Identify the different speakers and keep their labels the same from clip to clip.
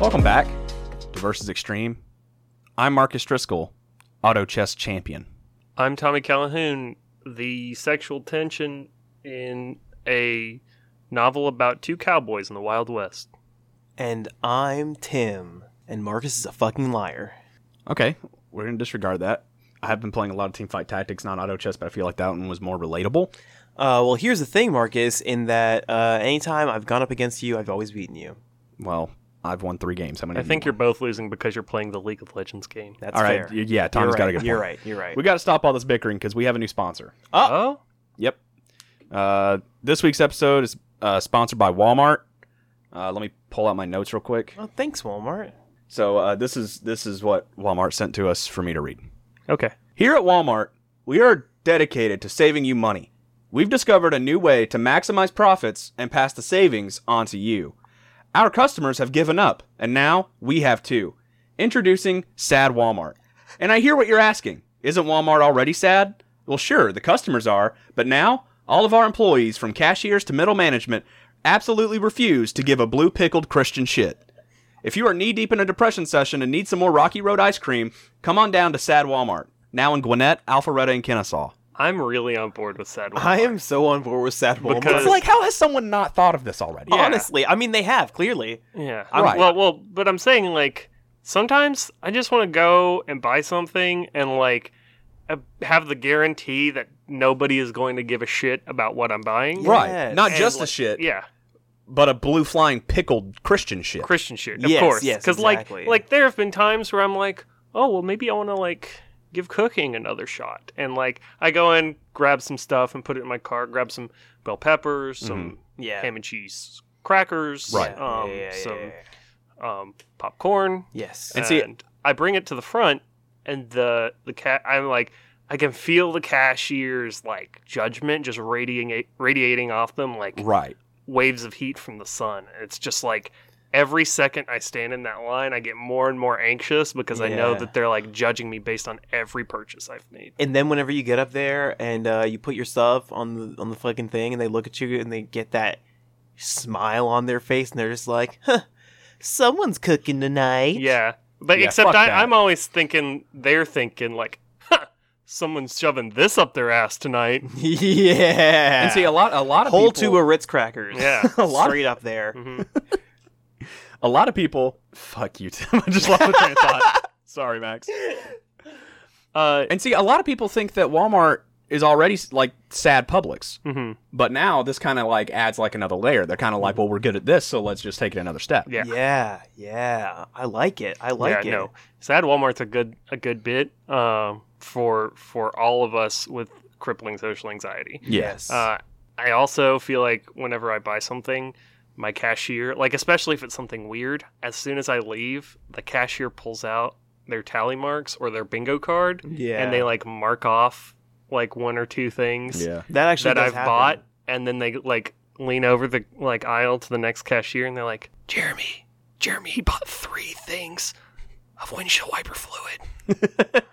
Speaker 1: Welcome back to Versus Extreme. I'm Marcus Driscoll, auto chess champion.
Speaker 2: I'm Tommy Calhoun. The sexual tension in a novel about two cowboys in the Wild West.
Speaker 3: And I'm Tim. And Marcus is a fucking liar.
Speaker 1: Okay, we're going to disregard that. I have been playing a lot of team fight tactics, not auto chess, but I feel like that one was more relatable.
Speaker 3: Uh, well, here's the thing, Marcus, in that uh, anytime I've gone up against you, I've always beaten you.
Speaker 1: Well, I've won three games. How many?
Speaker 2: I
Speaker 1: have you
Speaker 2: think
Speaker 1: won?
Speaker 2: you're both losing because you're playing the League of Legends game.
Speaker 3: That's
Speaker 1: All right,
Speaker 3: fair.
Speaker 1: y- yeah, Tom's
Speaker 3: right.
Speaker 1: got a good
Speaker 3: You're
Speaker 1: point.
Speaker 3: right. You're right.
Speaker 1: We got to stop all this bickering because we have a new sponsor.
Speaker 2: Oh,
Speaker 1: Yep. Uh, this week's episode is uh, sponsored by Walmart. Uh, let me pull out my notes real quick.
Speaker 3: oh, thanks, Walmart.
Speaker 1: So uh, this is this is what Walmart sent to us for me to read.
Speaker 2: okay.
Speaker 1: Here at Walmart, we are dedicated to saving you money. We've discovered a new way to maximize profits and pass the savings on to you. Our customers have given up, and now we have too. Introducing Sad Walmart. And I hear what you're asking. Isn't Walmart already sad? Well, sure, the customers are, but now all of our employees, from cashiers to middle management, absolutely refuse to give a blue pickled Christian shit. If you are knee deep in a depression session and need some more Rocky Road ice cream, come on down to Sad Walmart. Now in Gwinnett, Alpharetta, and Kennesaw.
Speaker 2: I'm really on board with Sad Walmart.
Speaker 3: I am so on board with Sad Walmart.
Speaker 2: Because-
Speaker 1: It's like, how has someone not thought of this already?
Speaker 2: Yeah.
Speaker 3: Honestly, I mean, they have, clearly.
Speaker 2: Yeah.
Speaker 1: I'm- Right.
Speaker 2: Well, well, but I'm saying like sometimes I just want to go and buy something and like uh, have the guarantee that nobody is going to give a shit about what I'm buying.
Speaker 3: Yeah.
Speaker 1: Right.
Speaker 3: Yes.
Speaker 1: Not
Speaker 2: And,
Speaker 1: just the
Speaker 2: like,
Speaker 1: shit,
Speaker 2: Yeah.
Speaker 1: but a blue flying pickled Christian shit.
Speaker 2: Christian shit, of
Speaker 3: Yes,
Speaker 2: course.
Speaker 3: yes, exactly.
Speaker 2: like, like there have been times where I'm like, oh well, maybe I want to like give cooking another shot, and like I go and grab some stuff and put it in my car, grab some bell peppers, some
Speaker 3: Yeah.
Speaker 2: ham and cheese crackers,
Speaker 1: Right.
Speaker 2: um,
Speaker 3: Yeah, yeah, yeah,
Speaker 2: some
Speaker 3: yeah.
Speaker 2: Um, popcorn,
Speaker 3: Yes.
Speaker 1: And see-
Speaker 2: I bring it to the front, and the the cat, I'm like. I can feel the cashier's like judgment just radiating radiating off them like
Speaker 1: Right.
Speaker 2: waves of heat from the sun. It's just like every second I stand in that line, I get more and more anxious because I know
Speaker 3: Yeah.
Speaker 2: that they're like judging me based on every purchase I've made.
Speaker 3: and then whenever you get up there and uh, you put your stuff on the on the fucking thing and they look at you and they get that smile on their face and they're just like huh, someone's cooking tonight
Speaker 2: Yeah. But
Speaker 1: Yeah,
Speaker 2: except
Speaker 1: fuck
Speaker 2: I,
Speaker 1: that.
Speaker 2: I'm always thinking, they're thinking like, huh, someone's shoving this up their ass tonight.
Speaker 3: yeah
Speaker 1: And see, a lot, a lot of
Speaker 3: whole
Speaker 1: people,
Speaker 3: tube of ritz crackers
Speaker 2: Yeah.
Speaker 1: A lot of-
Speaker 3: straight up there
Speaker 2: hmm
Speaker 1: a lot of people. Fuck you, Tim. I just lost my train of thought. Sorry, Max.
Speaker 2: Uh,
Speaker 1: And see, a lot of people think that Walmart is already like sad Publix,
Speaker 2: mhm.
Speaker 1: but now this kind of like adds like another layer. They're kind of like, well, we're good at this, so let's just take it another step.
Speaker 2: Yeah.
Speaker 3: yeah yeah i like it i like
Speaker 2: yeah,
Speaker 3: it
Speaker 2: no. Sad Walmart's a good a good bit um, for for all of us with crippling social anxiety.
Speaker 3: yes
Speaker 2: Uh, I also feel like whenever I buy something, my cashier, like especially if it's something weird, as soon as I leave, the cashier pulls out their tally marks or their bingo card,
Speaker 3: yeah
Speaker 2: and they like mark off like one or two things
Speaker 1: Yeah.
Speaker 3: that actually
Speaker 2: that
Speaker 3: does
Speaker 2: I've
Speaker 3: happen.
Speaker 2: bought, and then they like lean over the like aisle to the next cashier, and they're like, "Jeremy, Jeremy, he bought three things of windshield wiper fluid."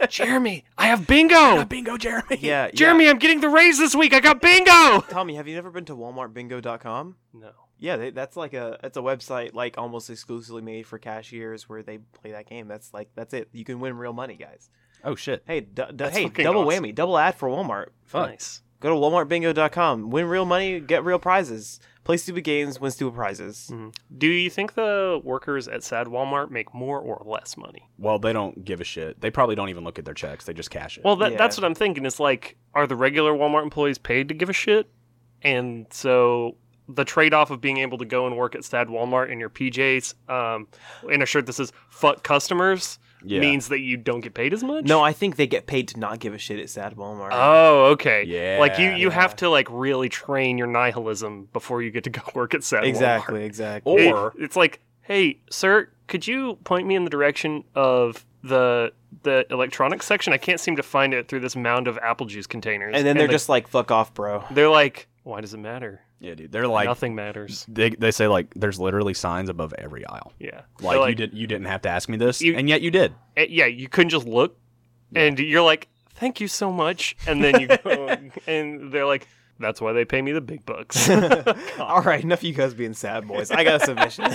Speaker 2: Jeremy, I have bingo.
Speaker 1: Bingo, Jeremy.
Speaker 3: yeah, yeah.
Speaker 2: Jeremy, I'm getting the raise this week. I got bingo.
Speaker 3: tommy have you never been to walmartbingo.com
Speaker 2: No.
Speaker 3: Yeah, they, that's like a it's a website like almost exclusively made for cashiers where they play that game. That's like that's it. You can win real money, guys.
Speaker 1: Oh shit.
Speaker 3: Hey, du- du-
Speaker 2: That's
Speaker 3: hey,
Speaker 2: fucking
Speaker 3: double
Speaker 2: awesome.
Speaker 3: whammy, double ad for Walmart.
Speaker 2: Nice.
Speaker 3: Go to walmartbingo.com, win real money, get real prizes. Play stupid games, win stupid prizes.
Speaker 2: Do you think the workers at Sad Walmart make more or less money?
Speaker 1: Well, they don't give a shit. They probably don't even look at their checks. They just cash it.
Speaker 2: Well, that,
Speaker 3: Yeah.
Speaker 2: that's what I'm thinking. Is like, are the regular Walmart employees paid to give a shit? And so the trade-off of being able to go and work at Sad Walmart in your PJs, um, in a shirt that says "fuck customers,"
Speaker 1: Yeah.
Speaker 2: means that you don't get paid as much.
Speaker 3: No, I think they get paid to not give a shit at sad Walmart.
Speaker 2: Oh, okay.
Speaker 1: Yeah,
Speaker 2: Like you, you
Speaker 3: yeah.
Speaker 2: have to like really train your nihilism before you get to go work at Sad Walmart.
Speaker 3: exactly, exactly.
Speaker 1: Or-
Speaker 2: It- it's like, hey, sir, could you point me in the direction of the the electronics section? I can't seem to find it through this mound of apple juice containers.
Speaker 3: and then they're
Speaker 2: the-
Speaker 3: just like, "Fuck off, bro."
Speaker 2: they're like, why does it matter?
Speaker 1: Yeah, dude. They're like
Speaker 2: Nothing matters.
Speaker 1: they, they say like there's literally signs above every aisle.
Speaker 2: Yeah,
Speaker 1: Like,
Speaker 2: They're
Speaker 1: you did you didn't have to ask me this,
Speaker 2: You-
Speaker 1: and yet you did.
Speaker 2: eh, Yeah, you couldn't just look, and you're like, thank you so much, and then you go, and they're like, that's why they pay me the big bucks.
Speaker 3: All right, enough of you guys being sad boys. I got a submission.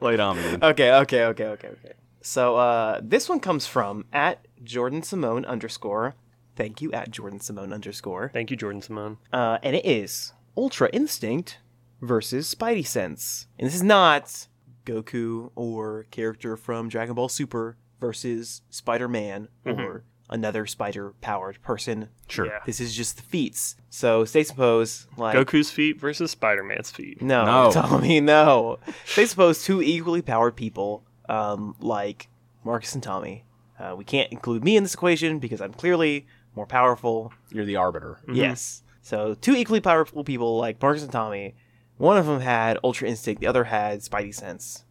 Speaker 1: Lay down, man.
Speaker 3: okay, okay, okay, okay, okay. So uh, this one comes from at Jordan Simone underscore. Thank you at Jordan Simone underscore.
Speaker 2: Thank you, Jordan Simone.
Speaker 3: Uh, and it is Ultra Instinct versus Spidey Sense. And this is not Goku or character from Dragon Ball Super versus Spider Man or another spider powered person.
Speaker 1: Sure.
Speaker 2: Yeah.
Speaker 3: This is just the feats. So stay supposed like
Speaker 2: Goku's feet versus Spider Man's feet.
Speaker 3: no,
Speaker 1: No.
Speaker 3: Tommy, no. They suppose two equally powered people, um, like Marcus and Tommy. Uh, we can't include me in this equation because I'm clearly more powerful.
Speaker 1: You're the arbiter.
Speaker 2: Mm-hmm.
Speaker 3: Mm. Yes. So two equally powerful people like Marcus and Tommy. One of them had Ultra Instinct, the other had Spidey Sense.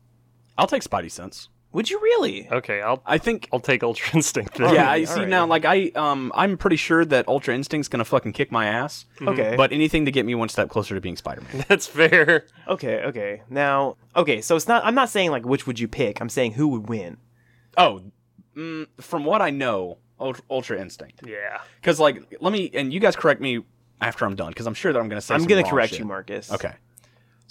Speaker 1: I'll take Spidey sense.
Speaker 3: Would you really?
Speaker 2: Okay, I'll
Speaker 1: I think.
Speaker 2: I'll take Ultra Instinct. Then.
Speaker 1: Yeah,
Speaker 3: right,
Speaker 1: I
Speaker 3: all
Speaker 1: see
Speaker 3: right.
Speaker 1: now. Like I, um, I'm pretty sure that Ultra Instinct's gonna fucking kick my ass.
Speaker 3: Mm-hmm. Okay.
Speaker 1: But anything to get me one step closer to being Spider-Man.
Speaker 2: that's fair.
Speaker 3: okay, okay. Now, okay, so it's not I'm not saying like which would you pick. I'm saying who would win.
Speaker 1: oh, mm, from what I know, Ultra, Ultra Instinct.
Speaker 2: Yeah.
Speaker 1: Because like, let me and you guys correct me after I'm done. Because I'm sure that I'm gonna say.
Speaker 3: I'm
Speaker 1: some
Speaker 3: going to
Speaker 1: wrong
Speaker 3: correct
Speaker 1: shit.
Speaker 3: you, Marcus.
Speaker 1: Okay.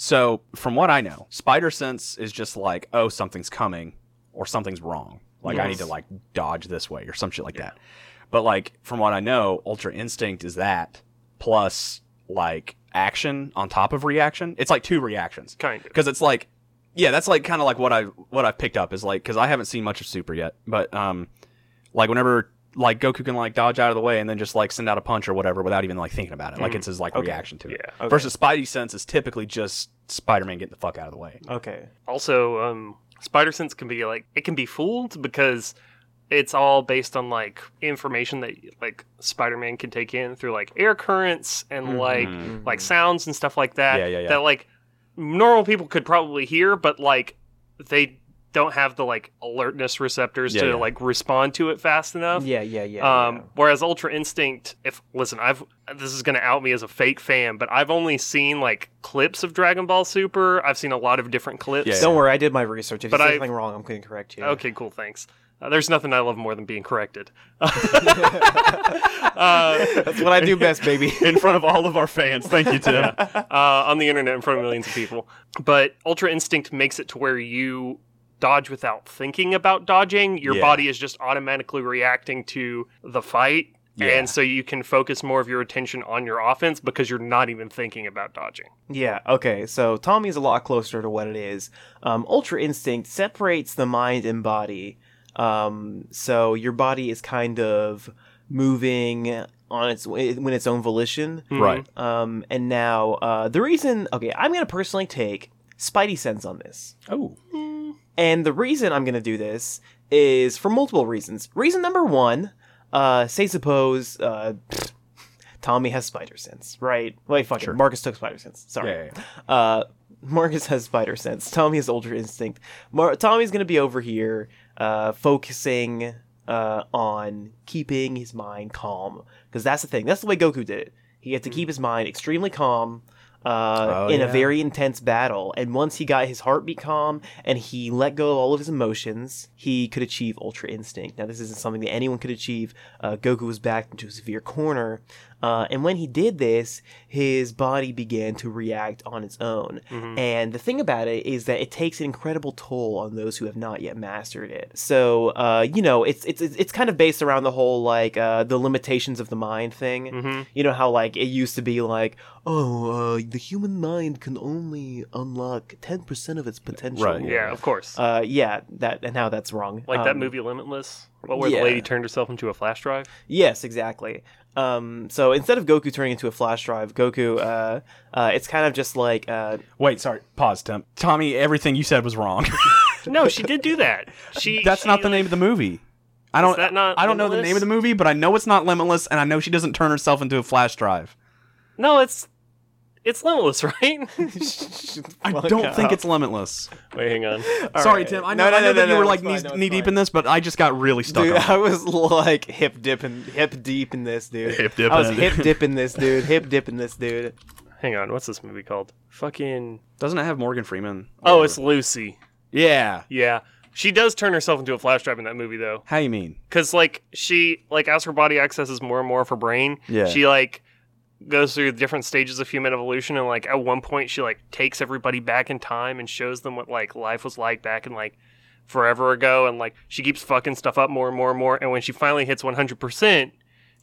Speaker 1: So, from what I know, spider sense is just like, oh, something's coming or something's wrong. Like I need to
Speaker 3: Yes.
Speaker 1: like dodge this way or some shit like that. But like from what I know, ultra instinct is that plus like action on top of reaction. It's like two reactions.
Speaker 2: Kind of.
Speaker 1: Cuz it's like yeah, that's like kind of like what I what I've picked up is like cuz I haven't seen much of super yet, but um like whenever like Goku can like dodge out of the way and then just like send out a punch or whatever without even like thinking about it. Like it's his like reaction to it.
Speaker 2: Yeah.
Speaker 3: Mm. Okay.
Speaker 1: Versus Spidey sense is typically just Spider-Man getting the fuck out of the way.
Speaker 3: Okay.
Speaker 2: Also, um, Spider Sense can be like it can be fooled because it's all based on like information that like Spider Man can take in through like air currents and like
Speaker 1: Mhm.
Speaker 2: like sounds and stuff like that.
Speaker 1: Yeah, yeah, yeah.
Speaker 2: That like normal people could probably hear, but like they don't have the like alertness receptors
Speaker 1: Yeah,
Speaker 2: to
Speaker 1: yeah.
Speaker 2: like respond to it fast enough.
Speaker 3: Yeah, yeah, yeah.
Speaker 2: Um, whereas Ultra Instinct, if listen, I've this is gonna out me as a fake fan, but I've only seen like clips of Dragon Ball Super. I've seen a lot of different clips.
Speaker 1: Yeah,
Speaker 3: yeah. Don't worry, I did my research. If
Speaker 2: But
Speaker 3: you
Speaker 2: I-
Speaker 3: say something wrong, I'm going to correct you.
Speaker 2: Okay, cool, thanks. Uh, there's nothing I love more than being corrected. uh,
Speaker 3: That's what I do best, baby.
Speaker 1: In front of all of our fans. Thank you, Tim.
Speaker 2: uh, on the internet in front of millions of people. But Ultra Instinct makes it to where you dodge without thinking about dodging. Your
Speaker 1: Yeah.
Speaker 2: body is just automatically reacting to the fight.
Speaker 1: Yeah.
Speaker 2: And so you can focus more of your attention on your offense because you're not even thinking about dodging.
Speaker 3: yeah, okay. So Tommy's a lot closer to what it is. Um, Ultra Instinct separates the mind and body. Um, so your body is kind of moving on its when its own volition.
Speaker 1: Right.
Speaker 3: Um, and now uh, the reason, okay, I'm going to personally take Spidey sense on this.
Speaker 1: Oh.
Speaker 3: And the reason I'm going to do this is for multiple reasons. Reason number one, uh, say suppose uh, pfft, Tommy has spider sense, right? Wait, fuck
Speaker 1: Sure.
Speaker 3: it. Marcus took spider sense. Sorry.
Speaker 1: Yeah, yeah,
Speaker 3: Uh, Marcus has spider sense. Tommy has ultra instinct. Mar- Tommy's going to be over here uh, focusing uh, on keeping his mind calm. Because that's the thing. That's the way Goku did it. He had to keep his mind extremely calm uh,
Speaker 1: Mm. Oh,
Speaker 3: in
Speaker 1: yeah.
Speaker 3: a very intense battle. And once he got his heartbeat calm and he let go of all of his emotions, he could achieve Ultra Instinct. Now, this isn't something that anyone could achieve. Uh, Goku was backed into a severe corner. Uh, and when he did this, his body began to react on its own. And the thing about it is that it takes an incredible toll on those who have not yet mastered it. So, uh, you know, it's, it's, it's it's kind of based around the whole, like, uh, the limitations of the mind thing.
Speaker 2: Mm-hmm.
Speaker 3: You know how like it used to be like, oh, uh, the human mind can only unlock ten percent of its potential.
Speaker 1: Right,
Speaker 2: Yeah, of course.
Speaker 3: Uh, yeah, that and how that's wrong.
Speaker 2: like that
Speaker 3: Um,
Speaker 2: movie Limitless, what, where
Speaker 3: yeah.
Speaker 2: the lady turned herself into a flash drive.
Speaker 3: Yes, exactly. Um, so instead of Goku turning into a flash drive, Goku, uh, uh, it's kind of just like, uh,
Speaker 1: Wait, sorry. Pause, Tim. Tommy, everything you said was wrong.
Speaker 2: No, she did do that. She
Speaker 1: That's
Speaker 2: she-
Speaker 1: not the name of the movie. I don't.
Speaker 2: Is that not
Speaker 1: I don't know the
Speaker 2: Limitless?
Speaker 1: name of the movie, but I know it's not Limitless, and I know she doesn't turn herself into a flash drive.
Speaker 2: No, it's it's limitless, right?
Speaker 1: I
Speaker 3: Fuck
Speaker 1: don't think
Speaker 3: up.
Speaker 1: it's Limitless.
Speaker 2: Wait, hang on.
Speaker 3: All
Speaker 1: sorry,
Speaker 3: right.
Speaker 1: Tim. I
Speaker 3: No,
Speaker 1: know,
Speaker 3: no,
Speaker 1: I know
Speaker 3: no,
Speaker 1: that
Speaker 3: no,
Speaker 1: you
Speaker 3: no,
Speaker 1: were like
Speaker 3: it's fine,
Speaker 1: knee,
Speaker 3: no, it's
Speaker 1: knee deep
Speaker 3: fine.
Speaker 1: in this, but I just got really stuck.
Speaker 3: Dude,
Speaker 1: on it.
Speaker 3: I was like hip dipping, hip deep in this dude.
Speaker 1: Hip dip
Speaker 3: I was
Speaker 1: in it.
Speaker 3: hip dipping this dude. Hip dipping this dude.
Speaker 2: Hang on. What's this movie called? Fucking.
Speaker 1: Doesn't it have Morgan Freeman?
Speaker 2: Oh,
Speaker 1: Or-
Speaker 2: it's Lucy.
Speaker 1: yeah.
Speaker 2: Yeah. She does turn herself into a flash drive in that movie though.
Speaker 1: How you mean?
Speaker 2: Cause like she like as her body accesses more and more of her brain,
Speaker 1: Yeah.
Speaker 2: she like goes through different stages of human evolution and like at one point she like takes everybody back in time and shows them what like life was like back in like forever ago and like she keeps fucking stuff up more and more and more and when she finally hits 100%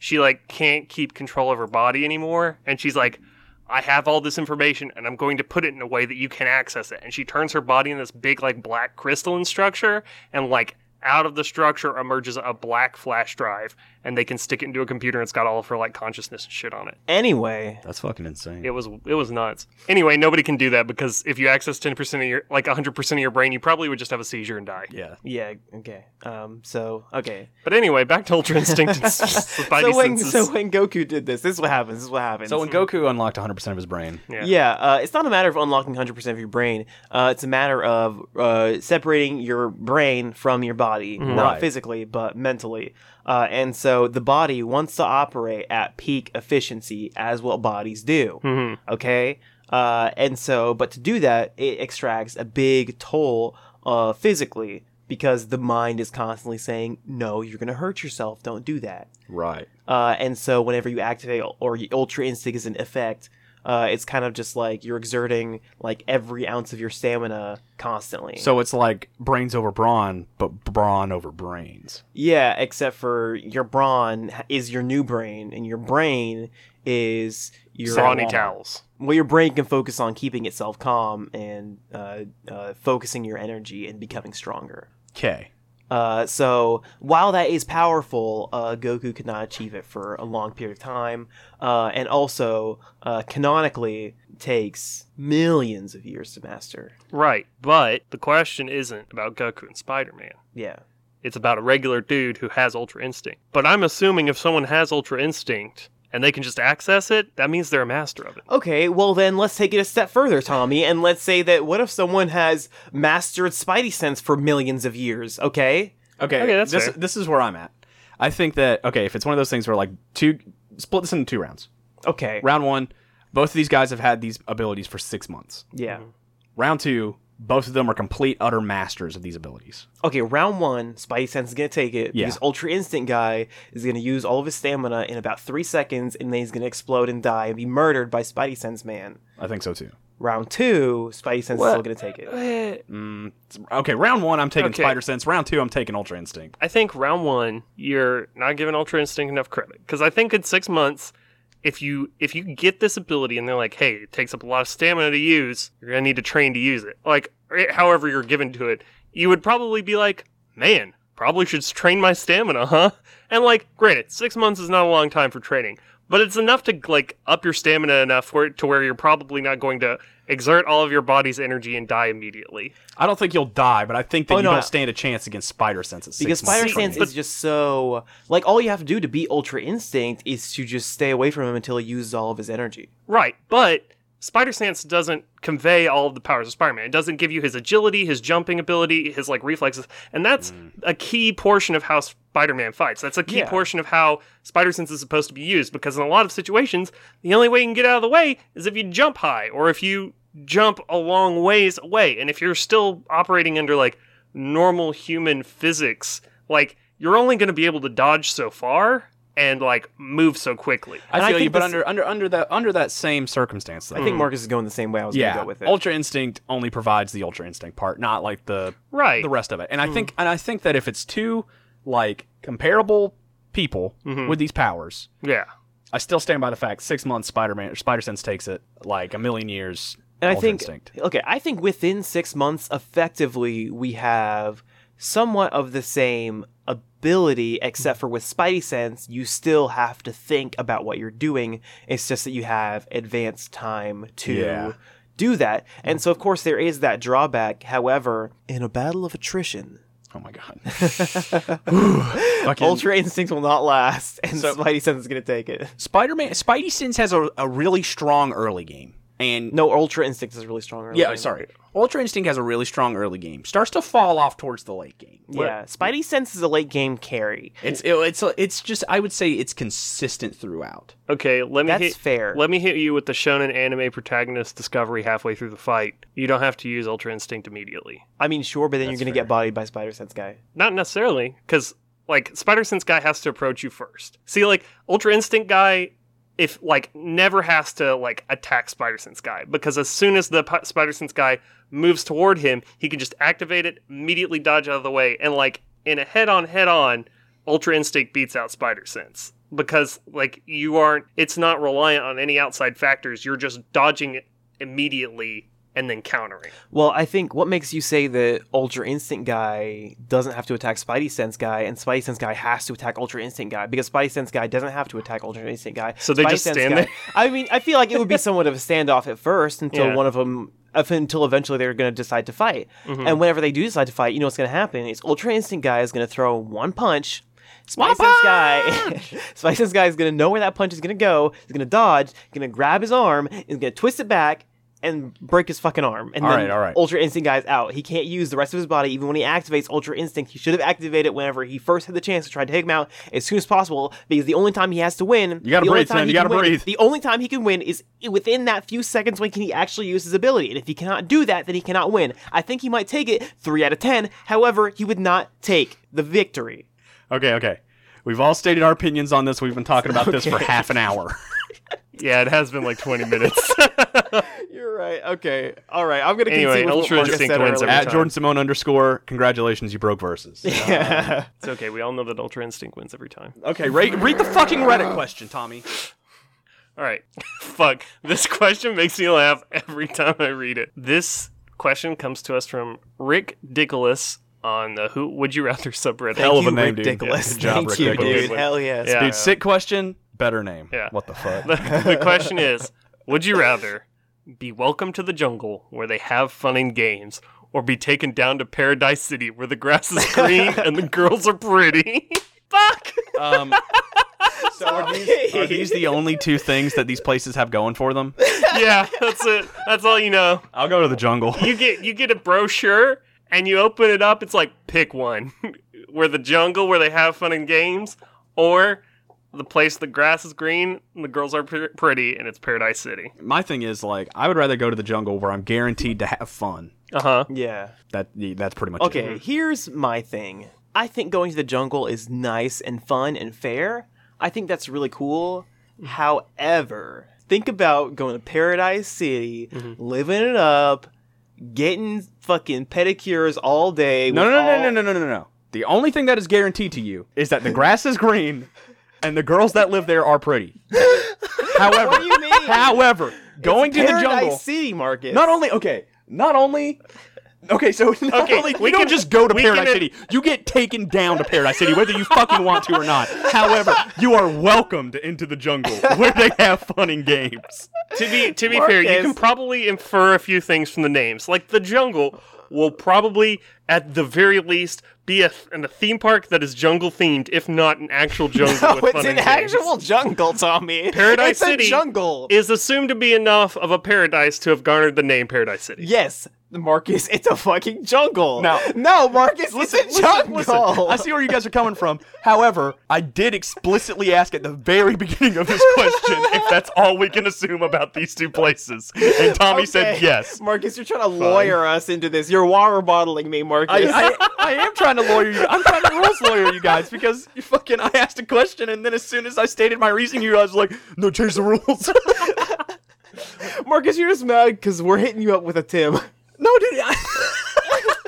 Speaker 2: she like can't keep control of her body anymore and she's like I have all this information and I'm going to put it in a way that you can access it and she turns her body in this big like black crystalline structure and like out of the structure emerges a black flash drive and they can stick it into a computer and it's got all of her like consciousness and shit on it
Speaker 3: Anyway,
Speaker 1: That's fucking insane.
Speaker 2: it was it was nuts. Anyway, nobody can do that because if you access ten percent of your like hundred percent of your brain, you probably would just have a seizure and die.
Speaker 1: yeah.
Speaker 3: yeah, okay. Um, so okay.
Speaker 2: But anyway, back to Ultra Instinct and Spidey
Speaker 3: so when
Speaker 2: senses.
Speaker 3: so when Goku did this, this is what happens. This is what happens.
Speaker 1: So when Goku unlocked 100% of his brain,
Speaker 2: Yeah.
Speaker 3: yeah, uh, it's not a matter of unlocking 100% of your brain. Uh, it's a matter of uh, separating your brain from your body, not
Speaker 1: Right.
Speaker 3: physically, but mentally. Uh, and so the body wants to operate at peak efficiency, as what bodies do.
Speaker 2: Mhm.
Speaker 1: Mm-hmm.
Speaker 3: Okay? Uh, and so, but to do that, it extracts a big toll uh, physically because the mind is constantly saying, no, you're going to hurt yourself. Don't do that.
Speaker 1: right.
Speaker 3: Uh, and so whenever you activate ul- or y- Ultra Instinct is in effect, uh, it's kind of just like you're exerting like every ounce of your stamina constantly.
Speaker 1: So it's like brains over brawn, but brawn over brains.
Speaker 3: yeah, except for your brawn h- is your new brain, and your brain is your uh,
Speaker 2: Brawny towels.
Speaker 3: Well, your brain can focus on keeping itself calm and uh, uh, focusing your energy and becoming stronger.
Speaker 1: Okay.
Speaker 3: Uh, so while that is powerful, uh, Goku could not achieve it for a long period of time, uh, and also uh, canonically takes millions of years to master.
Speaker 2: Right. But the question isn't about Goku and Spider Man.
Speaker 3: Yeah,
Speaker 2: It's about a regular dude who has Ultra Instinct. But I'm assuming if someone has Ultra Instinct and they can just access it, that means they're a master of it.
Speaker 3: Okay, well then let's take it a step further, Tommy, and let's say that what if someone has mastered Spidey sense for millions of years? Okay,
Speaker 1: Okay.
Speaker 2: Okay, that's
Speaker 1: this
Speaker 2: fair.
Speaker 1: this is where I'm at. I think that okay, if it's one of those things where like two split this into two rounds.
Speaker 3: okay,
Speaker 1: Round 1, both of these guys have had these abilities for 6 months.
Speaker 3: yeah,
Speaker 1: Round 2, both of them are complete utter masters of these abilities.
Speaker 3: okay. Round one, Spidey sense is gonna take it
Speaker 1: Yeah.
Speaker 3: because Ultra Instinct guy is gonna use all of his stamina in about three seconds, and then he's gonna explode and die and be murdered by Spidey sense man.
Speaker 1: I think so too.
Speaker 3: Round two, Spidey sense is
Speaker 2: What?
Speaker 3: still gonna take it.
Speaker 2: Eh,
Speaker 1: Mm, it's- okay, round 1 I'm taking
Speaker 2: Okay.
Speaker 1: Spider Sense, round 2 I'm taking Ultra Instinct.
Speaker 2: I think round one, you're not giving Ultra Instinct enough credit because I think in six months, if you if you get this ability and they're like, hey, it takes up a lot of stamina to use, you're gonna need to train to use it. Like eh, however you're given to it, you would probably be like, man, probably should s- train my stamina, huh? And like, granted, six months is not a long time for training, but it's enough to like up your stamina enough where, to where you're probably not going to exert all of your body's energy and die immediately.
Speaker 1: I don't think you'll die, but I think that
Speaker 3: Oh,
Speaker 1: you
Speaker 3: no, I-
Speaker 1: don't stand a chance against Spider Sense at six
Speaker 3: because
Speaker 1: months
Speaker 3: Spider Sense
Speaker 1: training.
Speaker 3: is just so like all you have to do to beat Ultra Instinct is to just stay away from him until he uses all of his energy.
Speaker 2: Right, but Spider Sense doesn't convey all of the powers of Spider-Man. It doesn't give you his agility, his jumping ability, his like reflexes, and that's
Speaker 1: Mm.
Speaker 2: a key portion of how Spider-Man fights. That's a key
Speaker 3: Yeah.
Speaker 2: portion of how Spider Sense is supposed to be used because in a lot of situations, the only way you can get out of the way is if you jump high or if you jump a long ways away. And if you're still operating under like normal human physics, like you're only going to be able to dodge so far and like move so quickly.
Speaker 1: I
Speaker 3: And I
Speaker 1: feel you,
Speaker 3: think
Speaker 1: but
Speaker 3: this-
Speaker 1: under under under that under that same circumstance, though.
Speaker 3: I think Marcus is going the same way I was
Speaker 1: Hmm. yeah,
Speaker 3: gonna go with it.
Speaker 1: Ultra Instinct only provides the Ultra Instinct part, not like the
Speaker 2: Right.
Speaker 1: the rest of it. And I think and I think that if it's two like comparable people
Speaker 3: Mm-hmm.
Speaker 1: with these powers,
Speaker 2: Yeah.
Speaker 1: I still stand by the fact six months Spider Man Spider Sense takes it like a million years.
Speaker 3: and I
Speaker 1: Ultra
Speaker 3: think
Speaker 1: Instinct.
Speaker 3: okay, I think within six months, effectively we have somewhat of the same ability, except for with Spidey Sense, you still have to think about what you're doing. It's just that you have advanced time to
Speaker 1: Yeah.
Speaker 3: do that, and so of course there is that drawback. However, in a battle of attrition.
Speaker 1: Oh my god. Fucking-
Speaker 3: Ultra Instinct will not last, and
Speaker 1: So-
Speaker 3: Spidey Sense is going to take it.
Speaker 1: Spider Man Spidey Sense has a, a really strong early game. And
Speaker 3: No, Ultra Instinct is really strong. early
Speaker 1: yeah,
Speaker 3: game.
Speaker 1: sorry. Ultra Instinct has a really strong early game. Starts to fall off towards the late game.
Speaker 3: Yeah, Spidey Sense is a late game carry.
Speaker 1: It's it, it's it's just I would say it's consistent throughout.
Speaker 2: Okay, let me
Speaker 3: That's
Speaker 2: hit,
Speaker 3: fair.
Speaker 2: Let me hit you with the shonen anime protagonist discovery halfway through the fight. You don't have to use Ultra Instinct immediately.
Speaker 3: I mean, sure, but then you're going to get bodied by Spider Sense guy.
Speaker 2: Not necessarily, because like Spider Sense guy has to approach you first. See, like Ultra Instinct guy if like never has to like attack Spider Sense guy because as soon as the p- Spider Sense guy moves toward him, he can just activate it, immediately dodge out of the way, and like in a head on head on, Ultra Instinct beats out Spider Sense because like you aren't it's not reliant on any outside factors. You're just dodging it immediately and then countering.
Speaker 3: Well, I think what makes you say that Ultra Instinct guy doesn't have to attack Spidey Sense guy, and Spidey Sense guy has to attack Ultra Instinct guy because Spidey Sense guy doesn't have to attack Ultra Instinct guy.
Speaker 2: So they
Speaker 3: Spidey
Speaker 2: just
Speaker 3: Sense
Speaker 2: stand
Speaker 3: guy-
Speaker 2: there?
Speaker 3: I mean, I feel like it would be somewhat of a standoff at first until
Speaker 2: Yeah.
Speaker 3: one of them, until eventually they're going to decide to fight.
Speaker 2: Mm-hmm.
Speaker 3: And whenever they do decide to fight, you know what's going to happen is Ultra Instinct guy is going to throw one punch. Spidey Sense guy, Spidey Sense guy is going to know where that punch is going to go. He's going to dodge. going to grab his arm. He's going to twist it back. And break his fucking arm, and
Speaker 4: All
Speaker 3: then
Speaker 4: right, all right.
Speaker 3: Ultra Instinct guy's out. He can't use the rest of his body even when he activates Ultra Instinct. He should have activated it whenever he first had the chance to try to take him out as soon as possible because the only time he has to win.
Speaker 4: You gotta
Speaker 3: the only
Speaker 4: breathe,
Speaker 3: time
Speaker 4: son.
Speaker 3: he
Speaker 4: You
Speaker 3: can
Speaker 4: gotta
Speaker 3: win-
Speaker 4: breathe.
Speaker 3: The only time he can win is within that few seconds when can he actually use his ability. And if he cannot do that, then he cannot win. I think he might take it 3 out of 10. However, he would not take the victory.
Speaker 4: Okay, okay. We've all stated our opinions on this. We've been talking about this for
Speaker 3: Okay.
Speaker 4: half an hour.
Speaker 2: Yeah, it has been like 20 minutes.
Speaker 3: You're right. Okay. All right. I'm going to
Speaker 2: Anyway,
Speaker 3: continue
Speaker 2: Ultra Instinct wins every
Speaker 4: At
Speaker 2: time.
Speaker 4: Jordan Simone underscore, congratulations, you broke verses.
Speaker 2: it's okay. We all know that Ultra Instinct wins every time.
Speaker 1: Uh,
Speaker 4: okay, re- read the fucking Reddit question, Tommy.
Speaker 2: All right. Fuck. This question makes me laugh every time I read it. This question comes to us from Rick Dickolas on the Who Would You Rather subreddit.
Speaker 4: Hell of a name, dude.
Speaker 3: ridiculous.
Speaker 4: Yeah, good job,
Speaker 3: Thank
Speaker 4: Rick
Speaker 3: you,
Speaker 4: Nicholas.
Speaker 3: dude. Hell yes.
Speaker 2: Yeah.
Speaker 4: Dude, sick question, better name.
Speaker 2: Yeah.
Speaker 4: What the fuck?
Speaker 2: The, the question is Would you rather be welcome to the jungle where they have fun and games, or be taken down to Paradise City where the grass is green and the girls are pretty? Fuck!
Speaker 4: Um, so are these, are these the only two things that these places have going for them?
Speaker 2: Yeah, that's it. That's all you know.
Speaker 4: I'll go to the jungle.
Speaker 2: you get you get a brochure and you open it up. It's like pick one, where the jungle where they have fun and games, or the place the grass is green and the girls are pr- pretty and it's Paradise City.
Speaker 4: My thing is like I would rather go to the jungle where I'm guaranteed to have fun.
Speaker 2: Uh huh.
Speaker 3: Yeah.
Speaker 4: That that's pretty much It.
Speaker 3: Okay, here's my thing. I think going to the jungle is nice and fun and fair. I think that's really cool. However, think about going to Paradise City,
Speaker 4: Mm-hmm.
Speaker 3: living it up, getting fucking pedicures all day.
Speaker 4: No, no,
Speaker 3: with
Speaker 4: no,
Speaker 3: all-
Speaker 4: no, no, no, no, no, no. The only thing that is guaranteed to you is that the grass is green, and the girls that live there are pretty. however,
Speaker 3: What do you mean?
Speaker 4: however, going to the
Speaker 3: Paradise
Speaker 4: jungle.
Speaker 3: City Market.
Speaker 4: Not only okay, not only. Okay, so not
Speaker 2: Okay,
Speaker 4: only
Speaker 2: we
Speaker 4: we don't
Speaker 2: can-
Speaker 4: just go to
Speaker 2: we can-
Speaker 4: Paradise City. You get taken down to Paradise City, whether you fucking want to or not. However, you are welcomed into the jungle where they have fun and games.
Speaker 2: To be to be fair, you
Speaker 3: Marcus.
Speaker 2: can probably infer a few things from the names, like the jungle will probably at the very least be a, in a theme park that is jungle themed, if not an actual jungle
Speaker 3: No,
Speaker 2: with
Speaker 3: it's
Speaker 2: fun and
Speaker 3: an
Speaker 2: games.
Speaker 3: actual jungle, Tommy.
Speaker 2: Paradise
Speaker 3: it's
Speaker 2: City
Speaker 3: a jungle.
Speaker 2: is assumed to be enough of a paradise to have garnered the name Paradise City.
Speaker 3: yes, Marcus, it's a fucking jungle.
Speaker 4: No.
Speaker 3: no, Marcus, it's a jungle.
Speaker 4: I see where you guys are coming from. However, I did explicitly ask at the very beginning of this question if that's all we can assume about these two places, and Tommy said
Speaker 3: Okay.
Speaker 4: yes.
Speaker 3: Marcus, you're trying to lawyer us into this. You're water bottling me, Marcus.
Speaker 4: I, I, I am trying to lawyer you. I'm trying to rules lawyer you guys because you fucking. I asked a question and then as soon as I stated my reason, you guys were like, "No, change the rules."
Speaker 3: Marcus, you're just mad because we're hitting you up with a Tim.
Speaker 4: no, dude. I...